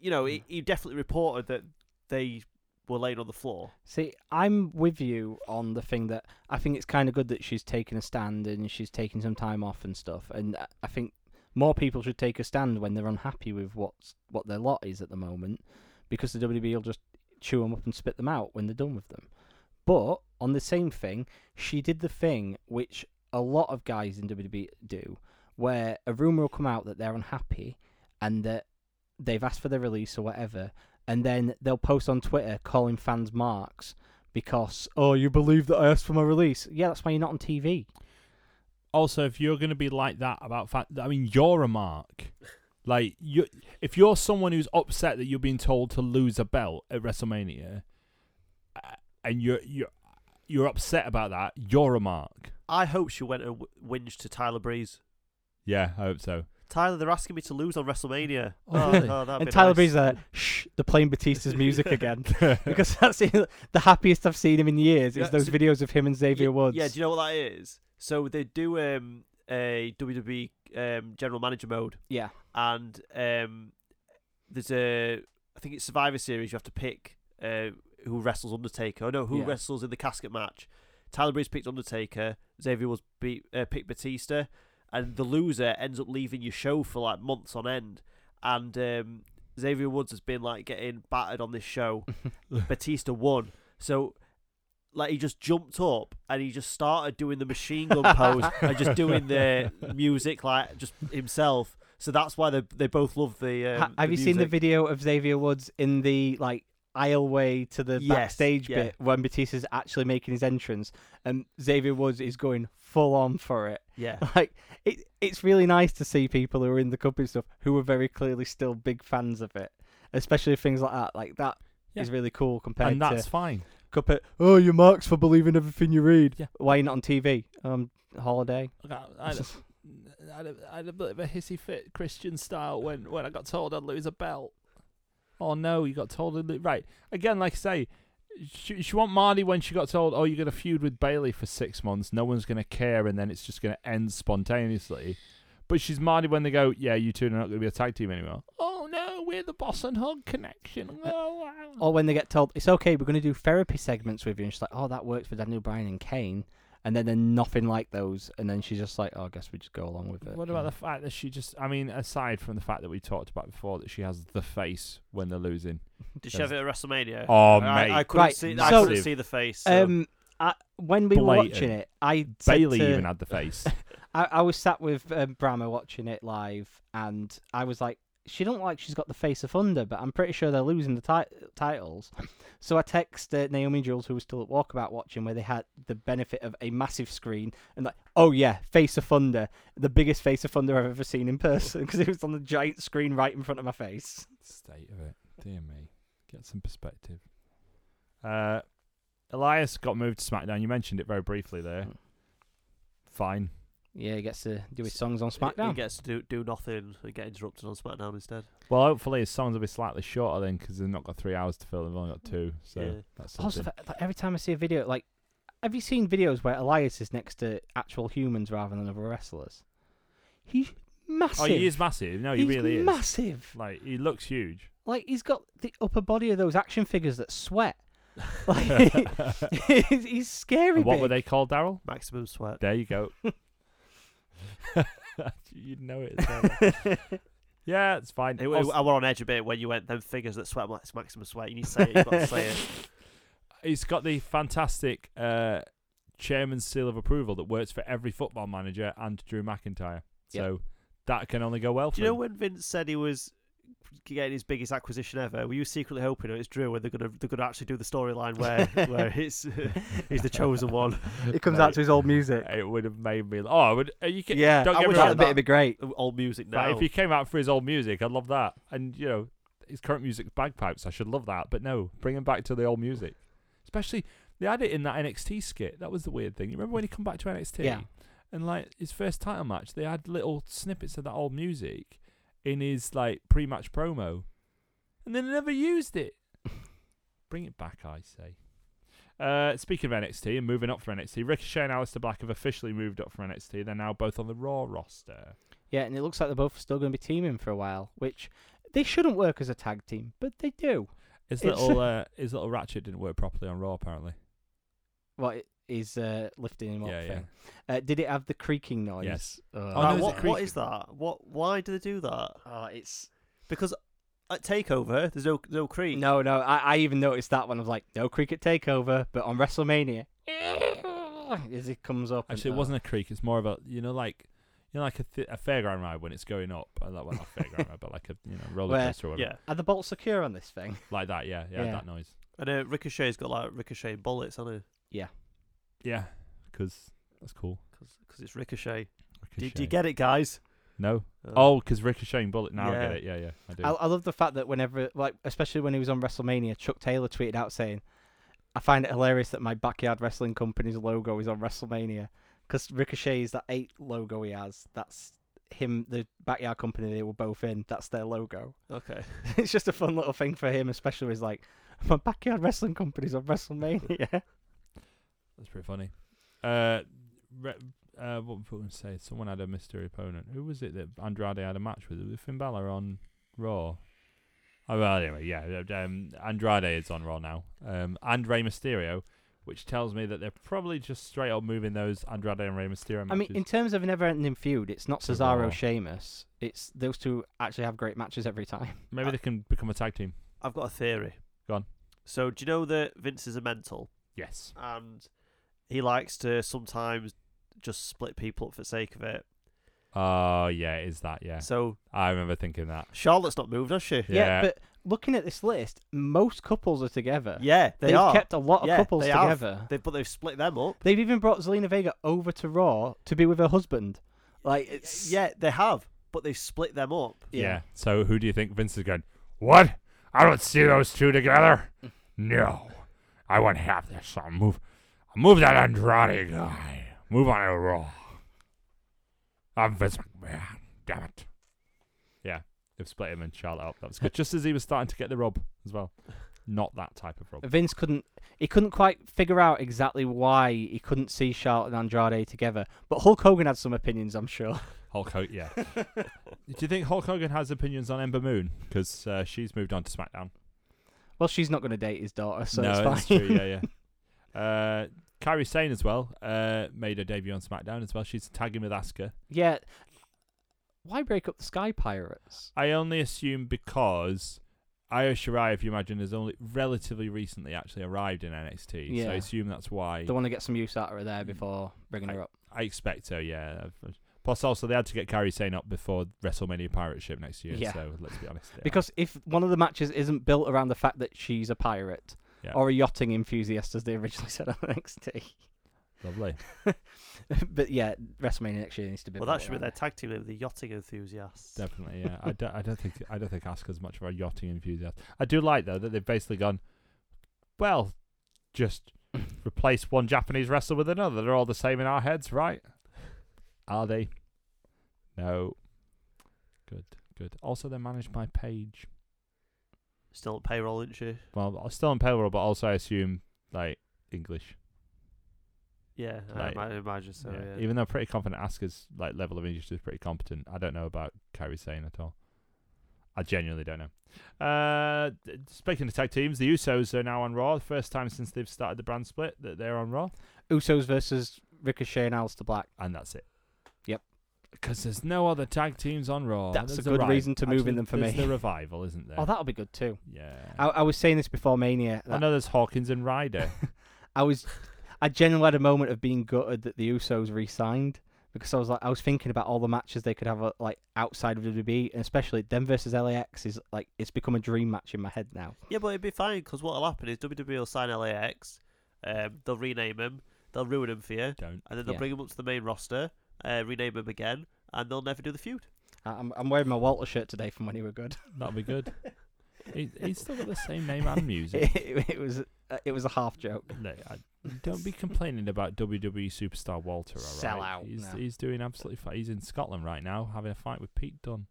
Speaker 4: you know, he, he definitely reported that they were laid on the floor.
Speaker 3: See, I'm with you on the thing that I think it's kind of good that she's taken a stand and she's taken some time off and stuff. And I- I think more people should take a stand when they're unhappy with what's what their lot is at the moment, because the WWE will just chew them up and spit them out when they're done with them. But on the same thing, she did the thing which a lot of guys in WWE do, where a rumor will come out that they're unhappy and that they've asked for their release or whatever, and then they'll post on Twitter calling fans marks because oh you believe that I asked for my release. Yeah, that's why you're not on TV.
Speaker 2: Also, if you're going to be like that about fact, I mean, you're a mark. Like you, if you're someone who's upset that you're being told to lose a belt at WrestleMania, uh, and you're you're you're upset about that, you're a mark.
Speaker 4: I hope she went and w- whinged to Tyler Breeze.
Speaker 2: Yeah, I hope so.
Speaker 4: Tyler, they're asking me to lose on WrestleMania.
Speaker 3: Oh, really?
Speaker 4: that'd
Speaker 3: and
Speaker 4: be
Speaker 3: Tyler
Speaker 4: nice.
Speaker 3: Breeze is like, shh, they're playing Batista's music again because that's the the happiest I've seen him in years. Is
Speaker 4: Yeah,
Speaker 3: those
Speaker 4: so-
Speaker 3: videos of him and Xavier
Speaker 4: yeah,
Speaker 3: Woods.
Speaker 4: Yeah, do you know what that is? So they do um, a WWE um, general manager mode,
Speaker 3: yeah.
Speaker 4: and um, there's a I think it's Survivor Series. You have to pick uh, who wrestles Undertaker. Oh no, who
Speaker 3: Yeah.
Speaker 4: wrestles in the casket match? Tyler Breeze picked Undertaker. Xavier was beat, uh, picked Batista, and the loser ends up leaving your show for like months on end. And um, Xavier Woods has been like getting battered on this show. Batista won. So like he just jumped up and he just started doing the machine gun pose and just doing the music like just himself. So that's why they they both love the. Um,
Speaker 3: Ha- have you seen the
Speaker 4: music.
Speaker 3: video of Xavier Woods in the like aisleway to the
Speaker 4: Yes,
Speaker 3: backstage
Speaker 4: yeah.
Speaker 3: bit when Batista's actually making his entrance, and Xavier Woods is going full on for it.
Speaker 4: Yeah,
Speaker 3: like it, it's really nice to see people who are in the cup and stuff who are very clearly still big fans of it especially things like that like that is
Speaker 2: Yeah.
Speaker 3: really cool compared
Speaker 2: and that's
Speaker 3: to
Speaker 2: fine.
Speaker 3: Cuphead. Oh, your marks for believing everything you read.
Speaker 2: Yeah.
Speaker 3: Why you not on TV? Um, holiday.
Speaker 2: I had a, I had a bit of a hissy fit Christian style when, when I got told I'd lose a belt. Oh no, you got told I'd lo- right again. Like I say, she, she want Marty when she got told, "Oh, you're gonna feud with Bailey for six months. No one's gonna care, and then it's just gonna end spontaneously." But she's Marty when they go, "Yeah, you two are not gonna be a tag team anymore." Oh no, we're the Boss and Hug connection. Oh, wow.
Speaker 3: Or when they get told it's okay, we're going to do therapy segments with you, and she's like, "Oh, that works for Daniel Bryan and Kane," and then they're nothing like those, and then she's just like, "Oh, I guess we just go along with it."
Speaker 2: What about the fact that she just? I mean, aside from the fact that we talked about before that she has the face when they're losing.
Speaker 4: did she have it at WrestLemania?
Speaker 2: Oh,
Speaker 4: I,
Speaker 2: mate.
Speaker 4: I couldn't
Speaker 3: Right,
Speaker 4: see. I
Speaker 3: so-
Speaker 4: couldn't see the face. so-
Speaker 3: Um, I, when we were watching
Speaker 2: Blatant.
Speaker 3: it, I said
Speaker 2: Bailey
Speaker 3: to-
Speaker 2: even had the face.
Speaker 3: I, I was sat with um, Brahma watching it live, and I was like, she don't like she's got the face of thunder, but I'm pretty sure they're losing the ti- titles. So I text uh, Naomi Jules, who was still at Walkabout watching, where they had the benefit of a massive screen, and like, oh yeah, face of thunder, the biggest face of thunder I've ever seen in person, because it was on the giant screen right in front of my face.
Speaker 2: State of it, dear me. Get some perspective. Uh, Elias got moved to SmackDown. You mentioned it very briefly there.
Speaker 3: Mm.
Speaker 2: Fine.
Speaker 3: Yeah, he gets to do his songs on
Speaker 4: He-
Speaker 3: SmackDown.
Speaker 4: He gets to do, do nothing and get interrupted on SmackDown instead.
Speaker 2: Well, hopefully his songs will be slightly shorter then because they've not got three hours to fill. They've only got two, so
Speaker 4: Yeah.
Speaker 2: that's
Speaker 3: Also,
Speaker 2: something.
Speaker 3: fa- like, every time I see a video, like, have you seen videos where Elias is next to actual humans rather than other wrestlers? He's massive.
Speaker 2: Oh, he is massive. No, he
Speaker 3: He's
Speaker 2: really is.
Speaker 3: massive.
Speaker 2: Like he looks huge.
Speaker 3: Like he's got the upper body of those action figures that sweat. Like he's, he's scary.
Speaker 2: And what
Speaker 3: big.
Speaker 2: were they called, Daryl?
Speaker 4: Maximum sweat.
Speaker 2: There you go. You'd know it. as well. yeah, it's fine. Oh,
Speaker 4: It- it-
Speaker 2: Also-
Speaker 4: I were on edge a bit when you went them figures that sweat. I'm like, it's maximum sweat. You need to say it. You've got to say it.
Speaker 2: he's got the fantastic uh, chairman's seal of approval that works for every football manager and Drew McIntyre.
Speaker 3: Yep.
Speaker 2: So that can only go well for
Speaker 4: Do you know
Speaker 2: him.
Speaker 4: when Vince said he was getting his biggest acquisition ever? Were you secretly hoping it's Drew and they're gonna they're gonna actually do the storyline where where it's he's the chosen one?
Speaker 3: He comes out to his old music.
Speaker 2: It would have made me. Oh, I would uh, you can,
Speaker 3: yeah,
Speaker 2: don't
Speaker 4: I
Speaker 2: get me
Speaker 4: wish
Speaker 2: wrong.
Speaker 3: that
Speaker 4: I had
Speaker 3: bit would be great.
Speaker 4: Old music now.
Speaker 2: Like, if he came out for his old music, I'd love that. And you know, his current music's bagpipes. I should love that. But no, bring him back to the old music. Especially they had it in that NXT skit. That was the weird thing. You remember when he come back to NXT?
Speaker 3: Yeah.
Speaker 2: And like his first title match, they had little snippets of that old music in his like pre-match promo, and they never used it. bring it back, I say. Uh, speaking of NXT and moving up for NXT, Ricochet and Alistair Black have officially moved up for NXT. They're now both on the Raw roster.
Speaker 3: Yeah, and it looks like they're both still going to be teaming for a while, which they shouldn't work as a tag team, but they do.
Speaker 2: His
Speaker 3: It's-
Speaker 2: little uh, his little ratchet didn't work properly on Raw apparently.
Speaker 3: What it is uh, lifting him up
Speaker 2: Yeah, yeah.
Speaker 3: thing. Uh, did it have the creaking noise?
Speaker 2: Yes.
Speaker 3: Uh,
Speaker 2: Oh, no, is
Speaker 4: Right,
Speaker 2: it
Speaker 4: what, what
Speaker 2: Creek?
Speaker 4: is that? What? Why do they do that?
Speaker 3: Oh, it's
Speaker 4: Because at Takeover, there's no no creek.
Speaker 3: no, no. I, I even noticed that one. I was like, no cricket takeover, but on WrestleMania, as it comes up. and-
Speaker 2: Actually,
Speaker 3: oh.
Speaker 2: it wasn't a creek. It's more of a you know like you know like a, th- a fairground ride when it's going up. Uh, like, well, not a fairground ride, but like a you know roller
Speaker 3: Where-
Speaker 2: coaster or whatever.
Speaker 4: Yeah,
Speaker 3: Are the bolts secure on this thing?
Speaker 2: Like that. Yeah, yeah,
Speaker 3: Yeah.
Speaker 2: That noise.
Speaker 4: and uh, Ricochet's got like ricochet bullets on it
Speaker 2: Yeah, because that's cool.
Speaker 4: because it's Ricochet. Do, do
Speaker 2: Ricochet.
Speaker 4: you get it, guys?
Speaker 2: No.
Speaker 4: Uh,
Speaker 2: Oh, because ricocheting bullet. Now I get
Speaker 4: Yeah.
Speaker 2: it. Yeah, yeah. I do.
Speaker 3: I, I love the fact that whenever, like, especially when he was on WrestleMania, Chuck Taylor tweeted out saying, "I find it hilarious that my backyard wrestling company's logo is on WrestleMania because Ricochet is that eight logo he has. That's him, the backyard company they were both in. That's their logo.
Speaker 4: okay.
Speaker 3: it's just a fun little thing for him, especially when he's like, my backyard wrestling company's on WrestleMania.
Speaker 2: That's pretty funny. Uh, re- uh, what were we going to say? Someone had a mystery opponent. Who was it that Andrade had a match with? Was it Finn Balor on Raw? Oh, well, anyway, yeah. uh, Um, Andrade is on Raw now. Um, and Rey Mysterio, which tells me that they're probably just straight up moving those Andrade and Rey Mysterio matches.
Speaker 3: I mean, in terms of an never-ending feud, it's not
Speaker 2: To
Speaker 3: Cesaro,
Speaker 2: Raw.
Speaker 3: Sheamus. It's those two actually have great matches every time.
Speaker 2: maybe they can become a tag team.
Speaker 4: I've got a theory.
Speaker 2: Go on.
Speaker 4: So do you know that Vince is a mental
Speaker 2: Yes.
Speaker 4: and he likes to sometimes just split people up for sake of it.
Speaker 2: Oh, yeah, it is that, yeah.
Speaker 4: So
Speaker 2: I remember thinking that.
Speaker 4: Charlotte's not moved, has she?
Speaker 2: Yeah.
Speaker 3: but looking at this list, most couples are together.
Speaker 4: Yeah, they
Speaker 3: have
Speaker 4: are.
Speaker 3: kept a lot of
Speaker 4: Yeah,
Speaker 3: couples
Speaker 4: they have.
Speaker 3: together.
Speaker 4: They- but they've split them up.
Speaker 3: They've even brought Zelina Vega over to Raw to be with her husband. Like, it's
Speaker 4: Yeah, they have. But they've split them up.
Speaker 2: Yeah. So who do you think Vince is going? What? I don't see those two together. No, I won't have this. I'll move. I'll move that Andrade guy. Move on to Raw. I'm Vince McMahon. Damn it. Yeah, they've split him and Charlotte up. That was good. Just as he was starting to get the rub as well. Not that type of rub.
Speaker 3: Vince couldn't. He couldn't quite figure out exactly why he couldn't see Charlotte and Andrade together. But Hulk Hogan had some opinions, I'm sure.
Speaker 2: Hulk Hogan. Yeah. do you think Hulk Hogan has opinions on Ember Moon? Because uh, she's moved on to SmackDown.
Speaker 3: Well, she's not going to date his daughter, so
Speaker 2: no,
Speaker 3: it's
Speaker 2: that's
Speaker 3: fine.
Speaker 2: true. Yeah, yeah. Uh, Kyrie Sane as well uh, made her debut on SmackDown as well. She's tagging with Asuka.
Speaker 3: Yeah. Why break up the Sky Pirates?
Speaker 2: I only assume because Io Shirai, if you imagine, has only relatively recently actually arrived in NXT. So
Speaker 3: Yeah.
Speaker 2: I assume that's why.
Speaker 3: They want to get some use out of her there before bringing her up.
Speaker 2: I expect so. Yeah. Plus, also they had to get Kyrie Sane up before WrestleMania Pirate Ship next year.
Speaker 3: Yeah.
Speaker 2: So let's be honest. they are.
Speaker 3: Because if one of the matches isn't built around the fact that she's a pirate
Speaker 2: Yeah.
Speaker 3: or a yachting enthusiast, as they originally said on NXT,
Speaker 2: lovely.
Speaker 3: but yeah, WrestleMania next year needs to be.
Speaker 4: Well, that
Speaker 3: built
Speaker 4: should be
Speaker 3: around
Speaker 4: their tag team name, the Yachting Enthusiasts.
Speaker 2: Definitely, yeah. I don't, I don't think I don't think Asuka's much of a yachting enthusiast. I do like though that they've basically gone, well, just replace one Japanese wrestler with another. They're all the same in our heads, right? Are they? No. Good, good. Also, they're managed by Paige.
Speaker 4: Still at payroll, isn't she?
Speaker 2: Well, I'm still on payroll, but also I assume like English.
Speaker 4: Yeah,
Speaker 2: Like-
Speaker 4: I ima- imagine so. Yeah.
Speaker 2: Even though I'm pretty confident Asuka's like level of English is pretty competent, I don't know about Kairi Sane at all. I genuinely don't know. Uh, d- speaking of tag teams, the Usos are now on Raw. First time since they've started the brand split that they're on Raw,
Speaker 3: there. Usos versus Ricochet and Alistair Black.
Speaker 2: and that's it.
Speaker 3: Yep.
Speaker 2: Because there's no other tag teams on Raw.
Speaker 3: That's a
Speaker 2: There's the
Speaker 3: good
Speaker 2: Riv-
Speaker 3: reason to move
Speaker 2: Actually,
Speaker 3: in them for
Speaker 2: there's
Speaker 3: me.
Speaker 2: The revival, isn't there?
Speaker 3: Oh, that'll be good too.
Speaker 2: yeah. Oh,
Speaker 3: I, I was saying this before Mania.
Speaker 2: I
Speaker 3: that
Speaker 2: know there's Hawkins and Ryder.
Speaker 3: I was, I genuinely had a moment of being gutted that the Usos re-signed because I was like, I was thinking about all the matches they could have uh, like outside of WWE, and especially them versus LAX is like it's become a dream match in my head now.
Speaker 4: Yeah, but it'd be fine because what'll happen is WWE will sign LAX, um, they'll rename him, they'll ruin him for you,
Speaker 2: don't.
Speaker 4: and then they'll
Speaker 3: Yeah.
Speaker 4: bring him up to the main roster, uh, rename him again, and they'll never do the feud.
Speaker 3: I- I'm, I'm wearing my Walter shirt today from when he were good.
Speaker 2: That'll be good. he, he's still got the same name and music.
Speaker 3: it, it was uh, it was a half joke.
Speaker 2: Look, I, don't be complaining about WWE superstar Walter. All right?
Speaker 3: Sell out,
Speaker 2: He's,
Speaker 3: no.
Speaker 2: he's doing absolutely fine. He's in Scotland right now having a fight with Pete Dunne.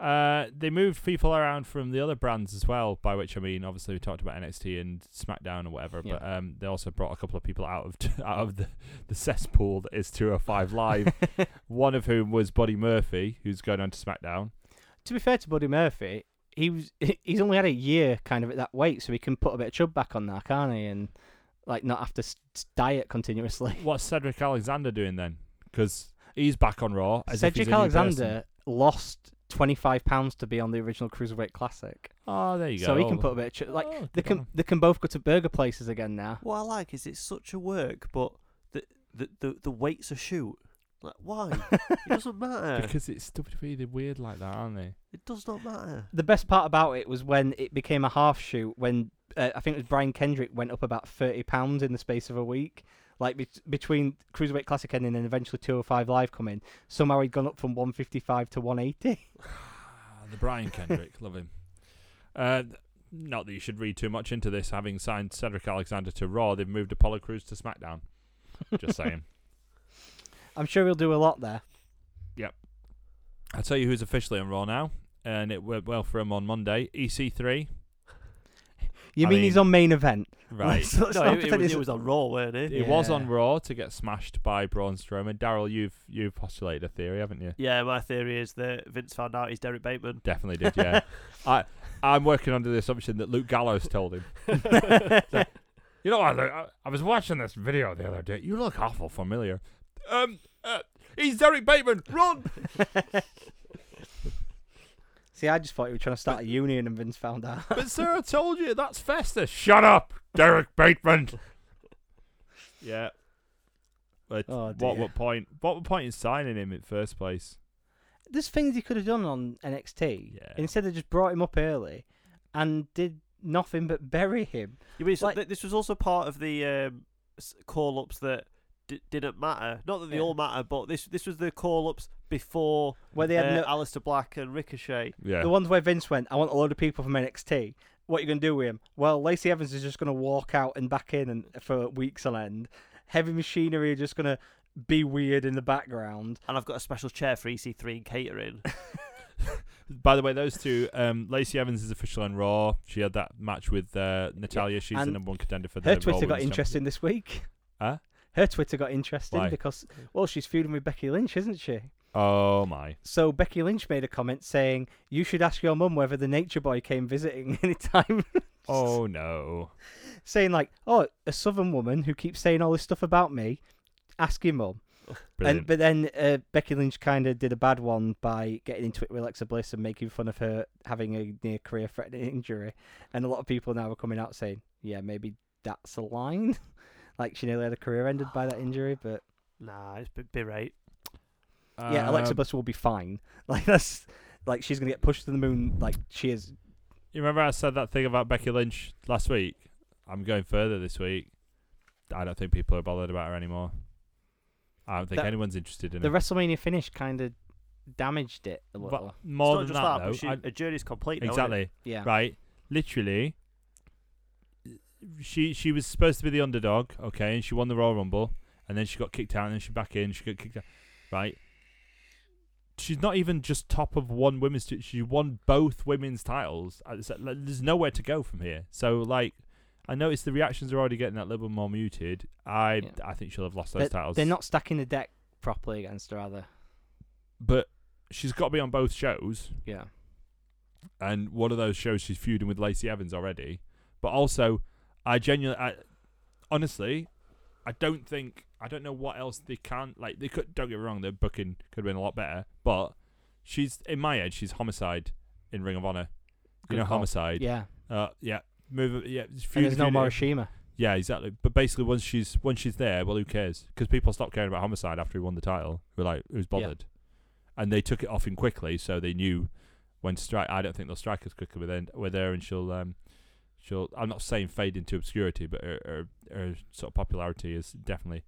Speaker 2: Uh, they moved people around from the other brands as well, by which I mean, obviously, we talked about NXT and SmackDown or whatever,
Speaker 3: Yeah.
Speaker 2: but um, they also brought a couple of people out of out of the, the cesspool that is 205 Live, one of whom was Buddy Murphy, who's going on to SmackDown.
Speaker 3: to be fair to Buddy Murphy, he was he's only had a year kind of at that weight, so he can put a bit of chub back on there, can't he? And like not have to s- s- diet continuously.
Speaker 2: What's Cedric Alexander doing then? Because he's back on Raw. As if he's
Speaker 3: Cedric
Speaker 2: a new person.
Speaker 3: Alexander lost twenty five pounds to be on the original Cruiserweight Classic,
Speaker 2: Oh, there you go.
Speaker 3: so he can put a bit of chub. Like
Speaker 2: Oh,
Speaker 3: they
Speaker 2: good on
Speaker 3: can
Speaker 2: him.
Speaker 3: they can both go to burger places again now.
Speaker 4: What I like is it's such a work, but the the the, the weight's a shoot. Like why? it doesn't matter.
Speaker 2: Because it's WWE, they're weird like that, aren't they?
Speaker 4: It does not matter.
Speaker 3: The best part about it was when it became a half shoot. When uh, I think it was Brian Kendrick went up about thirty pounds in the space of a week. Like bet between Cruiserweight Classic ending and eventually 205 Live coming, somehow he'd gone up from 155 to 180.
Speaker 2: the Brian Kendrick, love him. Uh, th- not that you should read too much into this. Having signed Cedric Alexander to Raw, they've moved Apollo Crews to SmackDown. Just saying.
Speaker 3: I'm sure he'll do a lot there.
Speaker 2: I'll tell you who's officially on Raw now, and it went well for him on Monday. E EC3,
Speaker 3: You
Speaker 2: I
Speaker 3: mean, he's
Speaker 2: mean-
Speaker 3: on main event?
Speaker 2: right?
Speaker 3: Let's- let's
Speaker 4: No,
Speaker 3: not
Speaker 4: it, it
Speaker 3: pretend
Speaker 4: was,
Speaker 3: it's-
Speaker 4: it was on Raw, weren't it?
Speaker 2: It was
Speaker 3: Yeah.
Speaker 2: on Raw to get smashed by Braun Strowman. Daryl, you've you've postulated a theory, haven't you?
Speaker 4: Yeah, my theory is that Vince found out he's Derek Bateman.
Speaker 2: Definitely did, yeah. I I'm working under the assumption that Luke Gallows told him. You know, I, I, I was watching this video the other day. You look awful familiar. Um, uh, he's Derek Bateman. Run!
Speaker 3: See, I just thought he was trying to start a union, and Vince found out.
Speaker 2: but sir, I told you that's Festus. Shut up, Derek Bateman. yeah. But
Speaker 3: Oh,
Speaker 2: what
Speaker 3: dear.
Speaker 2: what point? What were point in signing him in first place?
Speaker 3: There's things he could have done on NXT.
Speaker 2: Yeah.
Speaker 3: Instead, they just brought him up early, and did nothing but bury him.
Speaker 4: You mean so
Speaker 3: Like-
Speaker 4: th- this was also part of the um, call ups that d- didn't matter? Not that they
Speaker 3: Yeah.
Speaker 4: all matter, but this this was the call ups before
Speaker 3: Where they
Speaker 4: uh,
Speaker 3: had no,
Speaker 4: Alistair Black and Ricochet.
Speaker 2: Yeah.
Speaker 3: the ones where Vince went, "I want a load of people from NXT." What you gonna do with him? Well, Lacey Evans is just gonna walk out and back in and for weeks on end. Heavy machinery are just gonna be weird in the background.
Speaker 4: And I've got a special chair for EC3 and catering.
Speaker 2: By the way, those two. Um, Lacey Evans is official on Raw. She had that match with uh, Natalia. She's the
Speaker 3: and
Speaker 2: number one contender for the
Speaker 3: Her
Speaker 2: Raw
Speaker 3: Twitter got
Speaker 2: Women's Championship.
Speaker 3: interesting this week.
Speaker 2: Huh?
Speaker 3: Her Twitter got interesting
Speaker 2: Why?
Speaker 3: because well, she's feuding with Becky Lynch, isn't she?
Speaker 2: Oh my!
Speaker 3: So Becky Lynch made a comment saying, "You should ask your mum whether the Nature Boy came visiting anytime."
Speaker 2: Oh no!
Speaker 3: saying like, "Oh, a Southern woman who keeps saying all this stuff about me, ask your mum."
Speaker 2: Brilliant.
Speaker 3: And but then uh, Becky Lynch kind of did a bad one by getting into it with Alexa Bliss and making fun of her having a near career-threatening injury, and a lot of people now are coming out saying, "Yeah, maybe that's a line." like she nearly had a career ended by that injury, but
Speaker 4: nah, it's b- berate.
Speaker 3: yeah, Alexa
Speaker 2: Um,
Speaker 3: Bliss will be fine. Like that's like she's gonna get pushed to the moon. Like she is.
Speaker 2: You remember I said that thing about Becky Lynch last week? I'm going further this week. I don't think people are bothered about her anymore. I don't think
Speaker 3: That-
Speaker 2: anyone's interested in
Speaker 3: The
Speaker 2: her.
Speaker 3: WrestleMania finish kind of damaged it a
Speaker 2: But
Speaker 3: little.
Speaker 2: more
Speaker 4: it's
Speaker 2: than
Speaker 4: not just that,
Speaker 2: that,
Speaker 4: but she,
Speaker 2: though, I-
Speaker 4: her journey's complete. though, isn't it?
Speaker 2: exactly
Speaker 3: yeah.
Speaker 2: right. Literally, she she was supposed to be the underdog, okay, and she won the Royal Rumble, and then she got kicked out, and then she back in, she got kicked out, right. She's not even just top of one women's. T- she won both women's titles. I said, like, There's nowhere to go from here. So like, I noticed the reactions are already getting that little bit more muted. I
Speaker 3: Yeah.
Speaker 2: I think she'll have lost those
Speaker 3: They're,
Speaker 2: titles.
Speaker 3: they're not stacking the deck properly against her either.
Speaker 2: but she's got to be on both shows.
Speaker 3: Yeah.
Speaker 2: and one of those shows she's feuding with Lacey Evans already. But also, I genuinely, I, honestly, I don't think I don't know what else they can like. They could don't get me wrong, their booking could have been a lot better, but she's in my head, she's homicide in Ring of Honor.
Speaker 3: Good
Speaker 2: you know,
Speaker 3: call.
Speaker 2: homicide.
Speaker 3: Yeah.
Speaker 2: Uh, yeah. Move. Yeah. it's
Speaker 3: And
Speaker 2: feud-
Speaker 3: there's no
Speaker 2: feud-
Speaker 3: Morishima.
Speaker 2: Yeah, exactly. But basically, once she's once she's there, well, who cares? Because people stopped caring about homicide after he won the title. We're like, who's
Speaker 3: Yeah.
Speaker 2: bothered? And they took it off him quickly, so they knew when to strike. I don't think they'll strike as quickly with end- with her, and she'll um, she'll. I'm not saying fade into obscurity, but her her, her sort of popularity is definitely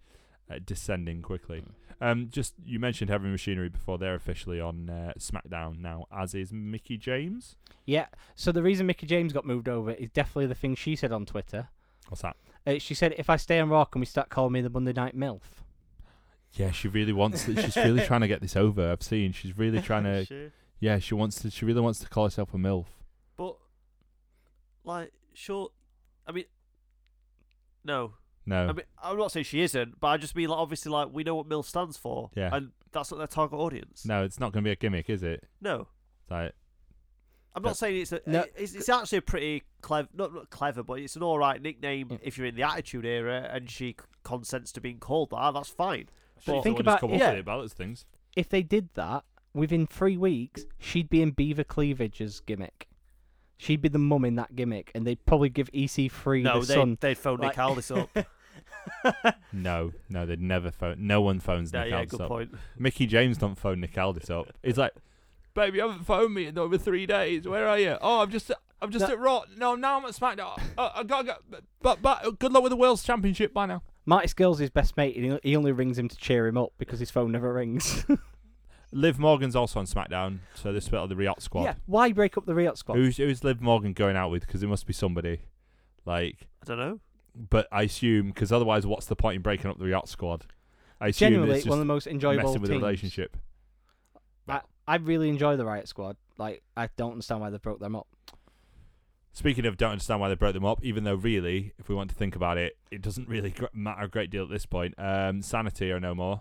Speaker 2: uh, descending quickly. Um, just you mentioned Heavy Machinery before; they're officially on uh, SmackDown now, as is Mickey James.
Speaker 3: Yeah. So the reason Mickey James got moved over is definitely the thing she said on Twitter.
Speaker 2: What's that?
Speaker 3: Uh, she said, "If I stay on Raw, can we start calling me the Monday Night Milf?"
Speaker 2: Yeah, she really wants. She's really trying to get this over. I've seen she's really trying to
Speaker 4: Sure.
Speaker 2: Yeah, she wants to. She really wants to call herself a milf.
Speaker 4: But like, sure. I mean, no.
Speaker 2: No,
Speaker 4: I mean, I'm not saying she isn't, but I just mean like obviously like we know what MILF stands for,
Speaker 2: Yeah.
Speaker 4: and that's not their target audience.
Speaker 2: no, it's not going to be a gimmick, is it?
Speaker 4: no.
Speaker 2: It's Like,
Speaker 4: I'm
Speaker 2: But-
Speaker 4: not saying it's a,
Speaker 3: No.
Speaker 4: it's, it's actually a pretty clever, not, not clever, but it's an all right nickname
Speaker 3: Mm.
Speaker 4: if you're in the Attitude Era and she c- consents to being called that. That's fine.
Speaker 2: she's the
Speaker 3: think
Speaker 2: one who's
Speaker 3: about-
Speaker 2: come up
Speaker 4: yeah.
Speaker 2: with it, balance things.
Speaker 3: If they did that, within three weeks, she'd be in Beaver Cleavage's gimmick. She'd be the mum in that gimmick, and they'd probably give EC3
Speaker 4: no,
Speaker 3: the
Speaker 4: they
Speaker 3: son.
Speaker 4: they'd phone
Speaker 3: Like-
Speaker 4: Nick Aldis up.
Speaker 2: No, no, they'd never phone. No one phones
Speaker 4: yeah,
Speaker 2: Nick
Speaker 4: yeah,
Speaker 2: Aldis
Speaker 4: good
Speaker 2: up.
Speaker 4: point.
Speaker 2: Mickey James don't phone Nick Aldis up. He's like, "Babe, you haven't phoned me in over three days. Where are you? Oh, I'm just, I'm just
Speaker 3: No.
Speaker 2: at Raw. No, now I'm at SmackDown. Oh, I gotta go. But, but, good luck with the World's Championship by now.
Speaker 3: Marty Skills is best mate, and he- he only rings him to cheer him up because his phone never rings.
Speaker 2: Liv Morgan's also on SmackDown, so this bit of the Riot Squad.
Speaker 3: yeah, why break up the Riot squad?
Speaker 2: Who's who's Liv Morgan going out with? Because it must be somebody, like.
Speaker 4: I don't know.
Speaker 2: But I assume because otherwise, what's the point in breaking up the Riot Squad? I assume
Speaker 3: Generally,
Speaker 2: it's
Speaker 3: one of the
Speaker 2: just
Speaker 3: most enjoyable
Speaker 2: messing with
Speaker 3: teams.
Speaker 2: the relationship.
Speaker 3: I, I really enjoy the Riot Squad. Like, I don't understand why they broke them up.
Speaker 2: Speaking of, don't understand why they broke them up, even though really, if we want to think about it, it doesn't really gr- matter a great deal at this point. Um, Sanity are no more.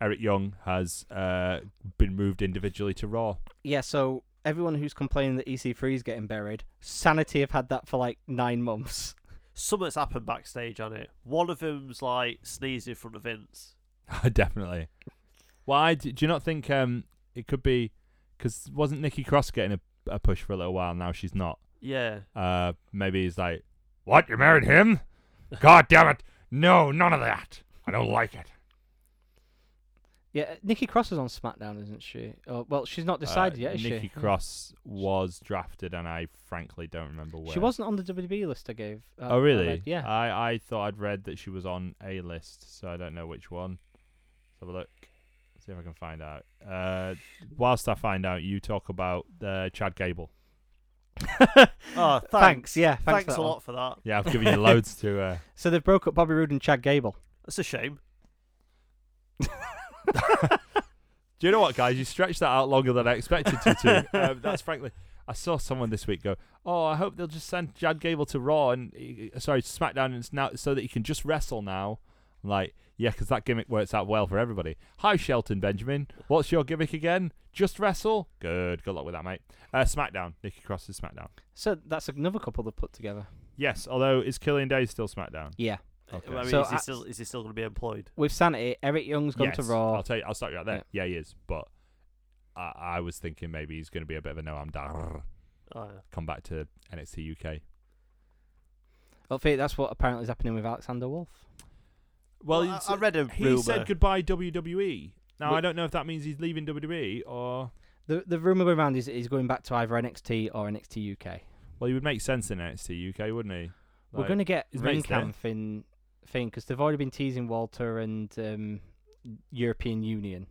Speaker 2: Eric Young has uh, been moved individually to Raw.
Speaker 3: Yeah, so everyone who's complaining that EC3 is getting buried, Sanity have had that for like nine months.
Speaker 4: Something's happened backstage on it. One of them's like sneezed in front of Vince.
Speaker 2: Definitely. Why do, do you not think um, it could be? Because wasn't Nikki Cross getting a, a push for a little while? Now she's not.
Speaker 4: Yeah,
Speaker 2: Uh, maybe he's like, "What? You married him? God damn it! No, none of that. I don't like it."
Speaker 3: Yeah, uh, Nikki Cross is on SmackDown, isn't she? Oh, well, she's not
Speaker 2: Uh,
Speaker 3: decided yet, is
Speaker 2: Nikki
Speaker 3: she?
Speaker 2: Cross was drafted, and I frankly don't remember where.
Speaker 3: She wasn't on the WWE list I gave. uh,
Speaker 2: Oh
Speaker 3: I
Speaker 2: really?
Speaker 3: read, Yeah.
Speaker 2: I, I thought I'd read that she was on a list, so I don't know which one. Let's have a look. See if I can find out. Uh, whilst I find out, you talk about uh, Chad Gable.
Speaker 4: Oh, thanks.
Speaker 3: Yeah, thanks,
Speaker 4: thanks,
Speaker 3: for that
Speaker 4: a
Speaker 3: one.
Speaker 4: lot for that.
Speaker 2: Yeah, I've given you loads to. Uh...
Speaker 3: So they've broke up Bobby Roode and Chad Gable.
Speaker 4: That's a shame.
Speaker 2: Do you know what, guys? You stretched that out longer than I expected you to. um, that's frankly. I saw someone this week go, "Oh, I hope they'll just send Chad Gable to Raw and uh, sorry SmackDown, and it's now so that he can just wrestle now." I'm like, yeah, because that gimmick works out well for everybody. Hi, Shelton Benjamin. What's your gimmick again? Just wrestle. Good. Good luck with that, mate. Uh, SmackDown. Nikki Cross is SmackDown.
Speaker 3: So that's another couple they put together.
Speaker 2: Yes, although is Killian Day still SmackDown?
Speaker 3: Yeah.
Speaker 2: Okay.
Speaker 4: Uh, I mean,
Speaker 3: So
Speaker 4: is, he
Speaker 3: I-
Speaker 4: still, is he still going to be employed?
Speaker 3: With Sanity, Eric Young's gone to
Speaker 2: Yes,
Speaker 3: Raw.
Speaker 2: I'll tell you. I'll start you out there. Yeah, he is. But I, I was thinking maybe he's going to be a bit of a no. I'm done.
Speaker 4: Oh, yeah.
Speaker 2: Come back to NXT UK.
Speaker 3: Well, Fate, that's what apparently is happening with Alexander Wolf.
Speaker 2: Well,
Speaker 4: Well,
Speaker 2: it's-
Speaker 4: I, I read a
Speaker 2: he
Speaker 4: rumor.
Speaker 2: said goodbye WWE. Now
Speaker 3: Wh-
Speaker 2: I don't know if that means he's leaving WWE or
Speaker 3: The the rumor going around is he's going back to either NXT or NXT UK.
Speaker 2: well, he would make sense in NXT UK, wouldn't he?
Speaker 3: We're going to get
Speaker 2: his
Speaker 3: ring
Speaker 2: mate's there.
Speaker 3: cam thing thing because they've already been teasing Walter and um, European Union.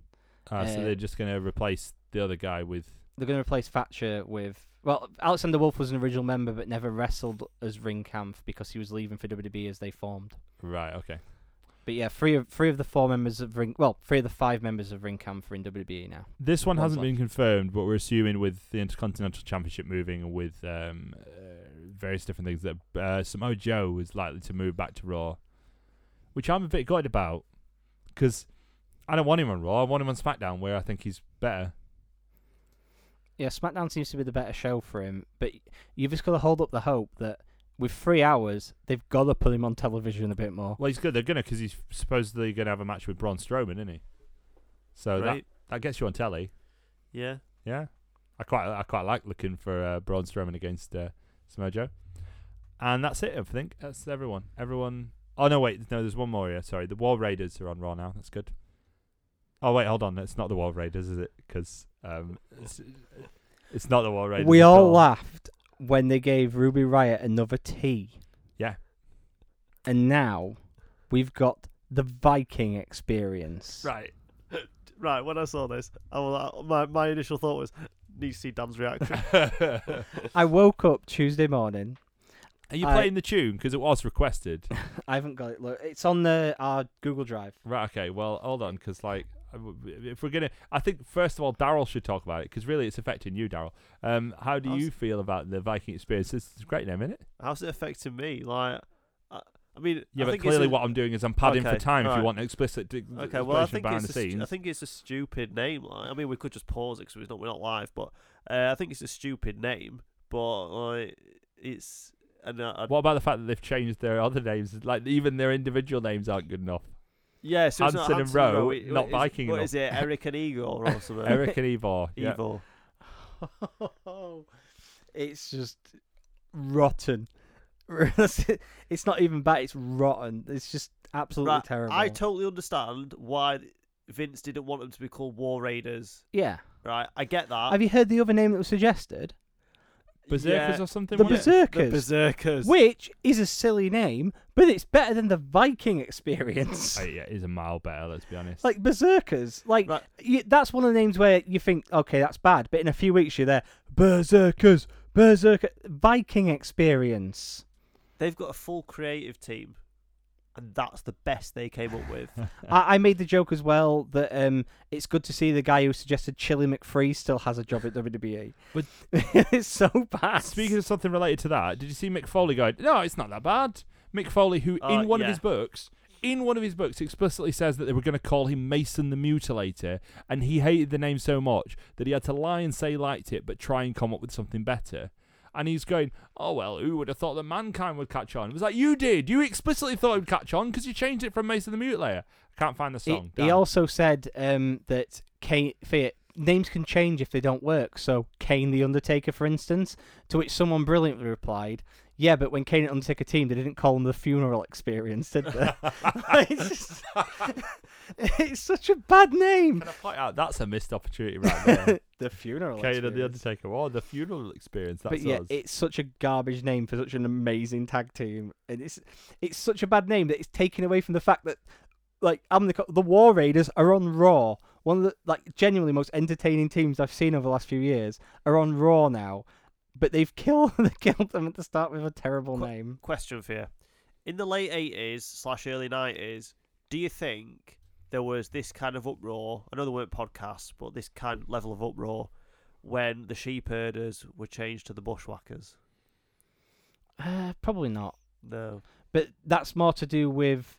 Speaker 2: to. ah, so
Speaker 3: uh,
Speaker 2: they're just going to replace the other guy with.
Speaker 3: They're going to replace Thatcher with well, Alexander Wolf was an original member but never wrestled as ring camp because he was leaving for WWE as they formed.
Speaker 2: Right. Okay.
Speaker 3: But yeah, three of three of the four members of ring well, three of the five members of ring camp are in WWE now.
Speaker 2: This one
Speaker 3: One's
Speaker 2: hasn't
Speaker 3: left.
Speaker 2: been confirmed, but we're assuming with the Intercontinental Championship moving and with um, uh, various different things that uh, Samoa Joe is likely to move back to Raw, which I'm a bit gutted about because I don't want him on Raw. I want him on SmackDown, where I think he's better.
Speaker 3: Yeah, SmackDown seems to be the better show for him, but you've just got to hold up the hope that with three hours they've got to put him on television a bit more.
Speaker 2: Well, he's good. They're gonna because he's supposedly gonna have a match with Braun Strowman, isn't he? So that
Speaker 4: right?
Speaker 2: that gets you on telly.
Speaker 4: Yeah.
Speaker 2: Yeah, I quite I quite like looking for uh, Braun Strowman against uh, Samoa Joe. And that's it. I think that's everyone. Everyone. Oh no, wait. No, there's one more here. Sorry, the War Raiders are on Raw now. That's good. Oh wait, hold on. It's not the War Raiders, is it? Because um, it's, it's not the War Raiders.
Speaker 3: we
Speaker 2: at
Speaker 3: all laughed when they gave Ruby Riot another T.
Speaker 2: Yeah.
Speaker 3: And now we've got the Viking experience.
Speaker 2: Right.
Speaker 4: Right, when I saw this, I was like, my, my initial thought was, need to see Dan's reaction.
Speaker 3: I woke up Tuesday morning.
Speaker 2: Are you
Speaker 3: I-
Speaker 2: playing the tune? Because it was requested.
Speaker 3: I haven't got it. Look, it's on the our Google Drive.
Speaker 2: Right. Okay. Well, hold on, because like if we're gonna, I think first of all, Daryl should talk about it because really it's affecting you, Daryl. Um, how do
Speaker 4: I'll
Speaker 2: you feel about the Viking experience? It's it's a great name, isn't it?
Speaker 4: How's it affecting me? Like, I, I mean,
Speaker 2: Yeah,
Speaker 4: I
Speaker 2: but
Speaker 4: think it's
Speaker 2: clearly
Speaker 4: a-
Speaker 2: what I'm doing is I'm padding for
Speaker 4: Okay,
Speaker 2: time. If you
Speaker 4: alright.
Speaker 2: want an explicit d-
Speaker 4: Okay, well, I
Speaker 2: explanation
Speaker 4: think
Speaker 2: behind
Speaker 4: it's
Speaker 2: the
Speaker 4: a st-
Speaker 2: scenes,
Speaker 4: I think it's a stupid name. Like, I mean, we could just pause it because we're not live, but uh, I think it's a stupid name. But like, it's uh, and I, I,
Speaker 2: what about the fact that they've changed their other names? Like even their individual names aren't good enough.
Speaker 4: yeah, so it's not
Speaker 2: Hanson and
Speaker 4: Hanson
Speaker 2: Roe,
Speaker 4: it-
Speaker 2: not
Speaker 4: it's-
Speaker 2: Viking
Speaker 4: What
Speaker 2: enough.
Speaker 4: is it, Eric and Igor or something?
Speaker 2: Eric and Ivor. yeah.
Speaker 4: Evil.
Speaker 3: it's just rotten. it's not even bad. It's rotten. It's just absolutely
Speaker 4: Right,
Speaker 3: terrible.
Speaker 4: I totally understand why Vince didn't want them to be called War Raiders.
Speaker 3: yeah.
Speaker 4: Right, I get
Speaker 2: Uh,
Speaker 4: that.
Speaker 3: Have you heard the other name that was suggested?
Speaker 2: Berserkers
Speaker 4: Yeah,
Speaker 2: or something.
Speaker 3: The
Speaker 2: wasn't it?
Speaker 4: the
Speaker 3: Berserkers,
Speaker 4: Berserkers.
Speaker 3: which is a silly name, but it's better than the Viking experience.
Speaker 2: Oh, yeah, it is a mile better. Let's be honest.
Speaker 3: Like berserkers, like
Speaker 4: Right.
Speaker 3: you, that's one of the names where you think, okay, that's bad, but in a few weeks you're there, berserkers, berserker, Viking experience.
Speaker 4: They've got a full creative team, and that's the best they came up with.
Speaker 3: I, I made the joke as well that um, it's good to see the guy who suggested Chili McFree still has a job at WWE.
Speaker 2: But-
Speaker 3: it's so bad.
Speaker 2: Speaking of something related to that, did you see Mick Foley going, no, it's not that bad? Mick Foley, who
Speaker 4: Uh,
Speaker 2: in one of
Speaker 4: yeah.
Speaker 2: his books, in one of his books explicitly says that they were going to call him Mason the Mutilator, and he hated the name so much that he had to lie and say he liked it, but try and come up with something better. And he's going, oh, well, who would have thought that mankind would catch on? It was like, you did. You explicitly thought it would catch on because you changed it from Mason the Mutilator. I can't find the
Speaker 3: He-
Speaker 2: song.
Speaker 3: He,
Speaker 2: damn.
Speaker 3: also said um, that Kane, fe- names can change if they don't work. So Kane the Undertaker, for instance, to which someone brilliantly replied, "Yeah, but when Kane and Undertaker teamed, they didn't call them the Funeral Experience, did they?" it's, just- it's such a bad name.
Speaker 2: Can I point out, that's a missed opportunity right there.
Speaker 3: The Funeral
Speaker 2: Kane and
Speaker 3: Experience.
Speaker 2: the Undertaker. Oh, the funeral experience. That's
Speaker 3: but yeah,
Speaker 2: us.
Speaker 3: it's such a garbage name for such an amazing tag team, and it's it's such a bad name that it's taken away from the fact that like I'm the co- the War Raiders are on Raw. One of the like genuinely most entertaining teams I've seen over the last few years are on Raw now, but they've killed they killed them at the start with a terrible
Speaker 4: Qu-
Speaker 3: name.
Speaker 4: Question for you: In the late eighties slash early nineties, do you think there was this kind of uproar? I know there weren't podcasts, but this kind of level of uproar when the sheep herders were changed to the bushwhackers.
Speaker 3: Uh, probably not,
Speaker 4: No,
Speaker 3: but that's more to do with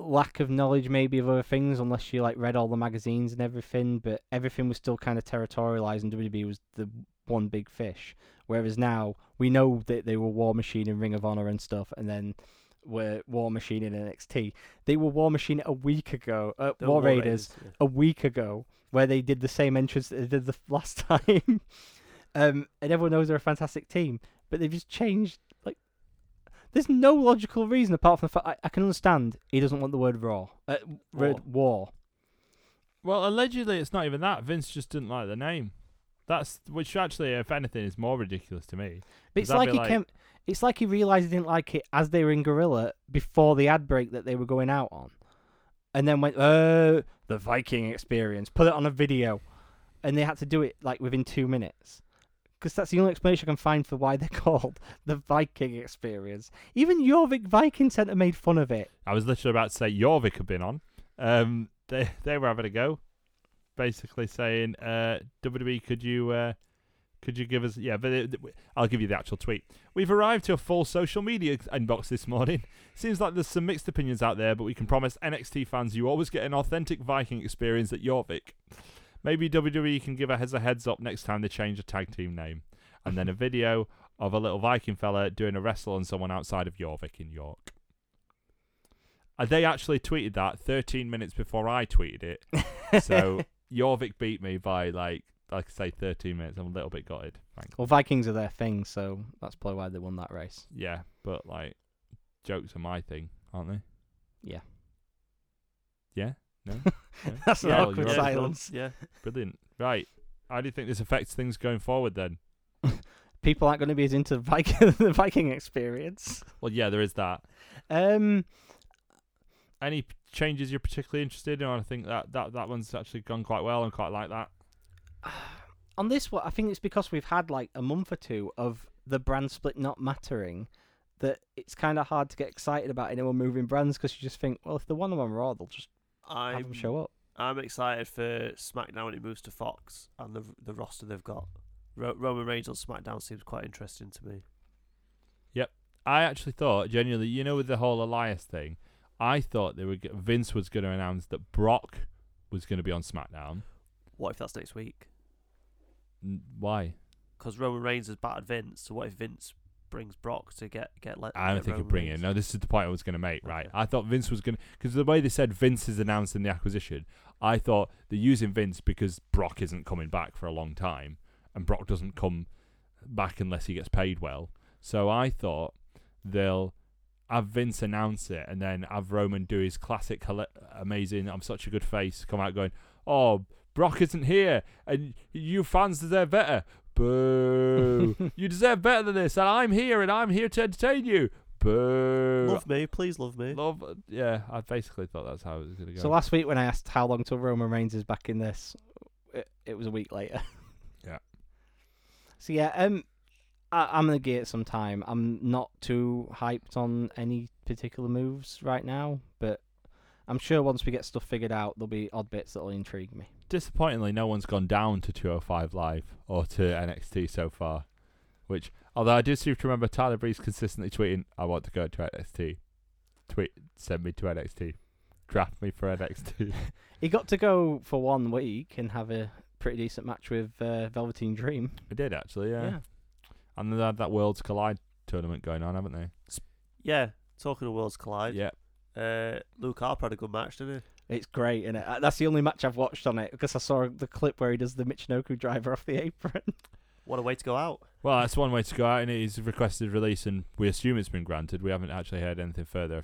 Speaker 3: lack of knowledge maybe of other things unless you like read all the magazines and everything but everything was still kind of territorialized and WWE was the one big fish whereas now we know that they were War Machine and Ring of Honor and stuff and then were War Machine in NXT they were War Machine a week ago uh,
Speaker 4: the
Speaker 3: War, Raiders
Speaker 4: yeah.
Speaker 3: a week ago where they did the same entrance that they did the last time. um, and everyone knows they're a fantastic team, but they've just changed. Like, there's no logical reason apart from the fact I, I can understand he doesn't want the word raw, uh, word war.
Speaker 2: Well, allegedly, it's not even that. Vince just didn't like the name. That's which actually, if anything, is more ridiculous to me.
Speaker 3: But it's
Speaker 2: that'd
Speaker 3: like
Speaker 2: be
Speaker 3: he
Speaker 2: like-
Speaker 3: came. It's like he realized he didn't like it as they were in Gorilla before the ad break that they were going out on, and then went, "Oh, the Viking experience." Put it on a video, and they had to do it like within two minutes, because that's the only explanation I can find for why they're called the Viking experience. Even Jorvik Viking Center made fun of it.
Speaker 2: I was literally about to say Jorvik had been on. Um, they they were having a go, basically saying, uh, "WWE, could you uh, could you give us yeah?" But it, I'll give you the actual tweet. We've arrived to a full social media inbox this morning. Seems like there's some mixed opinions out there, but we can promise NXT fans you always get an authentic Viking experience at Jorvik. Maybe WWE can give us a heads up next time they change a tag team name, and then a video of a little Viking fella doing a wrestle on someone outside of Jorvik in York. Uh, they actually tweeted that 13 minutes before I tweeted it. so Jorvik beat me by like, like I say, 13 minutes. I'm a little bit gutted. Thanks.
Speaker 3: Well, Vikings are their thing, so that's probably why they won that race.
Speaker 2: Yeah, but like, jokes are my thing, aren't they?
Speaker 3: Yeah.
Speaker 2: Yeah. No.
Speaker 3: That's an
Speaker 2: Yeah, well,
Speaker 3: awkward
Speaker 2: you're right.
Speaker 3: silence.
Speaker 4: Yeah,
Speaker 2: Brilliant. Right. How do you think this affects things going forward then?
Speaker 3: People aren't going to be as into Viking the Viking experience.
Speaker 2: Well, yeah, there is that.
Speaker 3: Um.
Speaker 2: Any p- changes you're particularly interested in? I think that that that one's actually gone quite well and quite like that.
Speaker 3: on this one, I think it's because we've had like a month or two of the brand split not mattering that it's kind of hard to get excited about anyone moving brands because you just think, well, if the one on Raw, they'll just have
Speaker 4: I'm
Speaker 3: them show up.
Speaker 4: I'm excited for SmackDown when it moves to Fox and the the roster they've got. Ro- Roman Reigns on SmackDown seems quite interesting to me.
Speaker 2: I actually thought, genuinely, you know, with the whole Elias thing, I thought they were g- Vince was going to announce that Brock was going to be on SmackDown.
Speaker 4: What if that's next week?
Speaker 2: N- Why?
Speaker 4: Because Roman Reigns has battered Vince, so what if Vince brings Brock to get get let?
Speaker 2: I don't
Speaker 4: get
Speaker 2: think he'll
Speaker 4: Roman
Speaker 2: bring it.
Speaker 4: Reigns?
Speaker 2: No, this is the point I was going to make, right?
Speaker 4: Okay.
Speaker 2: I thought Vince was going to. Because the way they said Vince is announcing the acquisition, I thought they're using Vince because Brock isn't coming back for a long time. And Brock doesn't come back unless he gets paid well. So I thought they'll have Vince announce it and then have Roman do his classic hila- amazing, I'm such a good face, come out going, oh, Brock isn't here. And you fans deserve better. Boo. you deserve better than this. And I'm here and I'm here to entertain you. Boo.
Speaker 4: Love me, please love me.
Speaker 2: Love- yeah, I basically thought that's how it was going to go.
Speaker 3: So last week when I asked how long till Roman Reigns is back in this, it, it was a week later.
Speaker 2: Yeah.
Speaker 3: So yeah, um, I, I'm gonna give it some time. I'm not too hyped on any particular moves right now, but I'm sure once we get stuff figured out, there'll be odd bits that'll intrigue me.
Speaker 2: disappointingly, no one's gone down to 205 Live or to NXT so far. Which, although I do seem to remember Tyler Breeze consistently tweeting, "I want to go to NXT." Tweet, send me to NXT. Draft me for NXT.
Speaker 3: He got to go for one week and have a pretty decent match with uh, Velveteen Dream.
Speaker 2: I did actually, yeah. And they had that Worlds Collide tournament going on, haven't they?
Speaker 4: Yeah, talking of worlds collide.
Speaker 2: Yeah.
Speaker 4: Uh, Luke Harper had a good match, didn't
Speaker 3: It's great, and that's the only match I've watched on it because I saw the clip where he does the Michinoku driver off the apron.
Speaker 4: he? What a way to go out.
Speaker 2: Well, that's one way to go out, and it is requested release, and we assume it's been granted. We haven't actually heard anything further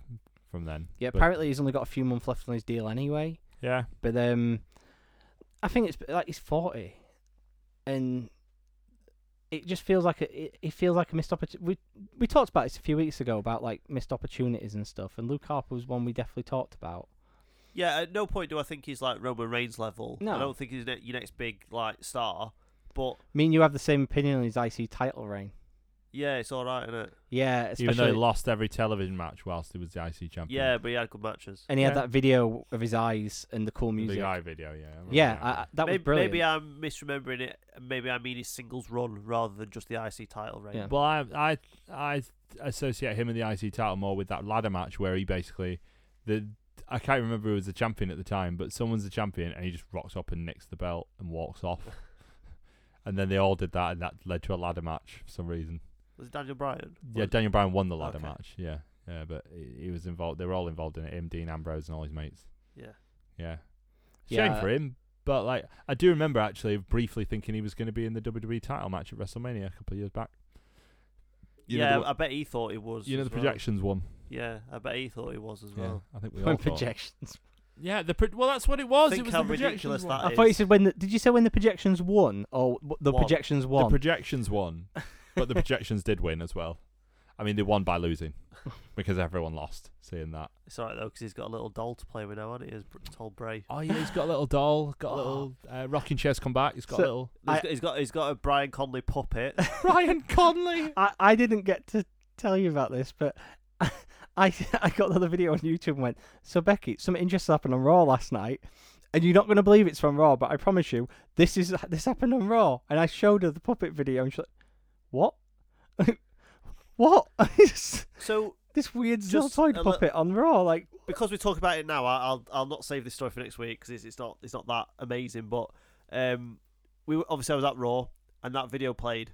Speaker 2: from then.
Speaker 3: Yeah,
Speaker 2: But-
Speaker 3: apparently he's only got a few months left on his deal anyway.
Speaker 2: Yeah,
Speaker 3: But um, I think it's like he's forty, and it just feels like a it, it feels like a missed opportunity. We we talked about this a few weeks ago about like missed opportunities and stuff, and Luke Harper was one we definitely talked about.
Speaker 4: Yeah, at no point do I think he's like Roman Reigns level.
Speaker 3: No.
Speaker 4: I don't think he's ne- your next big like star. But
Speaker 3: Me and you have the same opinion on his IC title reign.
Speaker 4: yeah, it's all right, isn't it?
Speaker 3: Yeah, especially
Speaker 2: even though he lost every television match whilst he was the IC champion.
Speaker 4: Yeah, but he had good matches.
Speaker 3: and he had
Speaker 2: yeah.
Speaker 3: that video of his eyes and the cool
Speaker 2: the
Speaker 3: music.
Speaker 2: big eye video. Yeah, I remember
Speaker 3: Yeah,
Speaker 2: that.
Speaker 3: I, I- that
Speaker 4: maybe,
Speaker 3: was brilliant.
Speaker 4: maybe I'm misremembering it. and Maybe I mean his singles run rather than just the IC title reign.
Speaker 3: Yeah.
Speaker 2: Well, I I I associate him and the IC title more with that ladder match where he basically the I can't remember who was the champion at the time, but someone's the champion and he just rocks up and nicks the belt and walks off. and then they all did that, and that led to a ladder match for some reason.
Speaker 4: Was it Daniel Bryan?
Speaker 2: Yeah, Daniel Bryan won the ladder
Speaker 4: Okay.
Speaker 2: match. Yeah, yeah, but he, he was involved. They were all involved in it. Him, Dean Ambrose, and all his mates.
Speaker 4: Yeah.
Speaker 2: Yeah. Shame
Speaker 3: Yeah.
Speaker 2: for him. But like, I do remember actually briefly thinking he was going to be in the WWE title match at WrestleMania a couple of years back. You know
Speaker 4: yeah,
Speaker 2: the one-
Speaker 4: I bet he thought it was.
Speaker 2: you know
Speaker 4: as
Speaker 2: the
Speaker 4: well.
Speaker 2: projections one.
Speaker 4: Yeah, I bet he thought it was as
Speaker 2: Yeah,
Speaker 4: well.
Speaker 2: I think we all
Speaker 3: when
Speaker 2: thought-
Speaker 3: projections.
Speaker 2: Yeah, the pro- well, that's what it was.
Speaker 4: Think
Speaker 2: it was
Speaker 4: how
Speaker 2: the projections
Speaker 4: ridiculous
Speaker 2: one.
Speaker 4: that
Speaker 3: I
Speaker 4: is.
Speaker 3: thought you said when. The, did you say when the projections won or w- the
Speaker 4: Won.
Speaker 3: projections
Speaker 2: The
Speaker 3: won?
Speaker 2: projections won, but the projections did win as well. I mean, they won by losing because everyone lost. Seeing that.
Speaker 4: It's all right though because he's got a little doll to play with now, hasn't he? His br- his old Bray.
Speaker 2: Oh yeah, he's got a little doll, got a little uh, rocking chairs come back. He's got
Speaker 3: So-
Speaker 2: a little
Speaker 4: He's
Speaker 3: I-
Speaker 4: got- he's got he's got a Brian Conley puppet.
Speaker 2: Ryan Conley.
Speaker 3: I, I didn't get to tell you about this, but I I got the video on YouTube and went. So Becky, something interesting happened on Raw last night, and you're not going to believe it's from Raw, but I promise you, this is this happened on Raw, and I showed her the puppet video, and she's like, "What? what? It's
Speaker 4: so
Speaker 3: this weird
Speaker 4: Just
Speaker 3: Ziltoid
Speaker 4: a li-
Speaker 3: puppet on Raw? Like,
Speaker 4: because we talk about it now, I- I'll I'll not save this story for next week because it's, it's not it's not that amazing. But um, we were, obviously I was at Raw and that video played.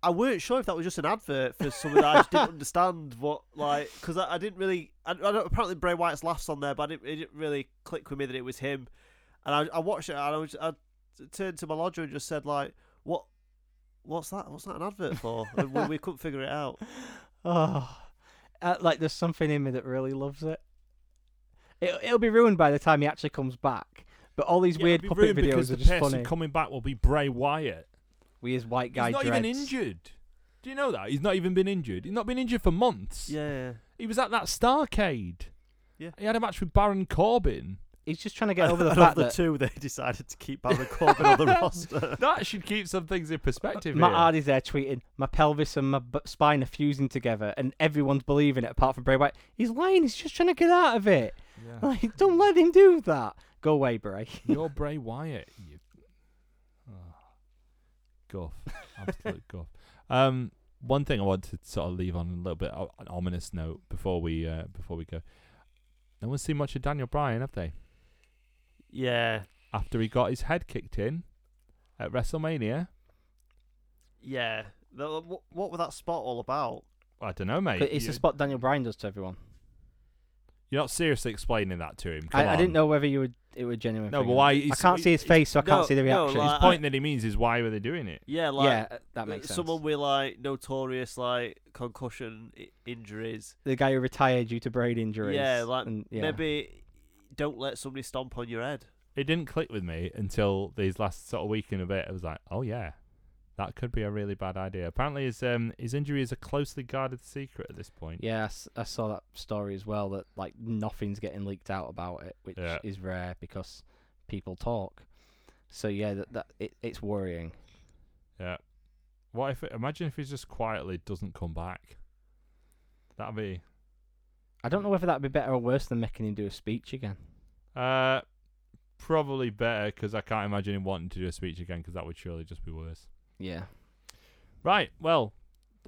Speaker 4: I weren't sure if that was just an advert for something that I just didn't understand what like because I, I didn't really I, I don't, apparently Bray Wyatt's laughs on there, but I didn't, it didn't really click with me that it was him. And I, I watched it and I was I turned to my lodger and just said like what. What's that? What's that an advert for? And we, we couldn't figure it out.
Speaker 3: Oh, uh, like there's something in me that really loves it. it. It'll be ruined by the time he actually comes back. But all these
Speaker 2: Yeah,
Speaker 3: weird
Speaker 2: it'd be
Speaker 3: puppet
Speaker 2: ruined because
Speaker 3: videos are
Speaker 2: the
Speaker 3: just
Speaker 2: person
Speaker 3: funny.
Speaker 2: coming back will be Bray Wyatt.
Speaker 3: we as white guy
Speaker 2: He's not even
Speaker 3: dreads.
Speaker 2: injured. Do you know that? He's not even been injured. He's not been injured for months.
Speaker 4: Yeah,
Speaker 2: He was at that Starcade.
Speaker 4: Yeah.
Speaker 2: He had a match with Baron Corbin.
Speaker 3: He's just trying to get over the
Speaker 4: And
Speaker 3: fact
Speaker 4: of the
Speaker 3: that
Speaker 4: two, they decided to keep Baron Corbin on the roster.
Speaker 2: That should keep some things in perspective.
Speaker 3: Matt
Speaker 2: here.
Speaker 3: Hardy's there tweeting, "My pelvis and my b- spine are fusing together," and everyone's believing it apart from Bray Wyatt. He's lying. He's just trying to get out of it.
Speaker 2: Yeah.
Speaker 3: Like, don't let him do that. Go away, Bray.
Speaker 2: You're Bray Wyatt. You... Oh. Guff. Absolute guff. Um, one thing I wanted to sort of leave on a little bit o- an ominous note before we uh, before we go. No one's seen much of Daniel Bryan, have they?
Speaker 4: Yeah,
Speaker 2: After he got his head kicked in at WrestleMania,
Speaker 4: yeah. The- uh, wh- What was that spot all about?
Speaker 2: I don't know, mate.
Speaker 3: But it's
Speaker 2: you,
Speaker 3: the spot Daniel Bryan does to everyone.
Speaker 2: are not seriously explaining that to him. Come
Speaker 3: I, I didn't
Speaker 2: on.
Speaker 3: know whether you would it were genuine.
Speaker 2: No,
Speaker 3: thing
Speaker 2: but
Speaker 3: or
Speaker 2: why?
Speaker 3: not. I
Speaker 2: he's-
Speaker 3: can't
Speaker 2: he-
Speaker 3: see his face, so I can't
Speaker 4: No,
Speaker 3: see the
Speaker 4: no,
Speaker 3: reaction.
Speaker 2: His
Speaker 4: like-
Speaker 2: point that he means is why were they doing it?
Speaker 4: Yeah, like uh,
Speaker 3: yeah, that makes sense.
Speaker 4: someone with like notorious like concussion I- injuries.
Speaker 3: the guy who retired due to brain injuries.
Speaker 4: Yeah, like,
Speaker 3: and, yeah.
Speaker 4: Maybe don't let somebody stomp on your head.
Speaker 2: It didn't click with me until these last sort of week and a bit. I was like, oh yeah, that could be a really bad idea. Apparently, his um his injury is a closely guarded secret at this point.
Speaker 3: Yeah, I s- I, saw that story as well. That like nothing's getting leaked out about it, which
Speaker 2: Yeah.
Speaker 3: is rare because people talk. So yeah, that, that it, it's worrying.
Speaker 2: Yeah. What if? Imagine if he just quietly doesn't come back. That'd be.
Speaker 3: I don't know whether that'd be better or worse than making him do a speech again.
Speaker 2: Uh, probably better because I can't imagine him wanting to do a speech again because that would surely just be worse.
Speaker 3: Yeah.
Speaker 2: Right. Well,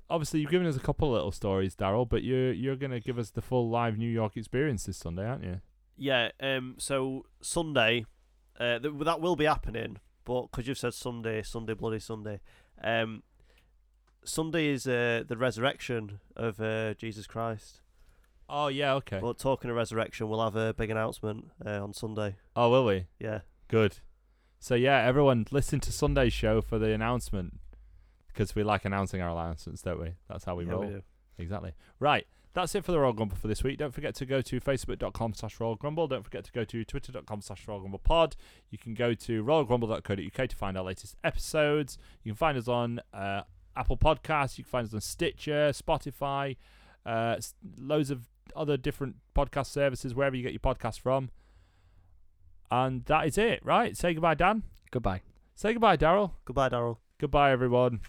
Speaker 2: obviously you've given us a couple of little stories, Daryl, but you're you're gonna give us the full live New York experience this Sunday, aren't you?
Speaker 4: Yeah. Um. So Sunday, uh, th- that will be happening. But because you've said Sunday, Sunday, bloody Sunday. Um, Sunday is uh, the resurrection of uh, Jesus Christ.
Speaker 2: Oh yeah. Okay.
Speaker 4: But talking of resurrection, we'll have a big announcement uh, on Sunday.
Speaker 2: oh, will we?
Speaker 4: Yeah.
Speaker 2: Good. So yeah, everyone, listen to Sunday's show for the announcement because we like announcing our announcements, don't we? That's how we
Speaker 4: yeah,
Speaker 2: roll.
Speaker 4: do.
Speaker 2: Exactly. Right. That's it for the Royal Grumble for this week. Don't forget to go to facebook.com slash Royal Grumble. Don't forget to go to twitter.com slash Royal Grumble pod. You can go to royalgrumble.co.uk to find our latest episodes. You can find us on uh, Apple Podcasts. You can find us on Stitcher, Spotify, uh, s- loads of other different podcast services, wherever you get your podcast from. And that is it, right? Say goodbye, Dan.
Speaker 3: Goodbye.
Speaker 2: Say goodbye, Daryl.
Speaker 4: Goodbye, Daryl.
Speaker 2: Goodbye, everyone.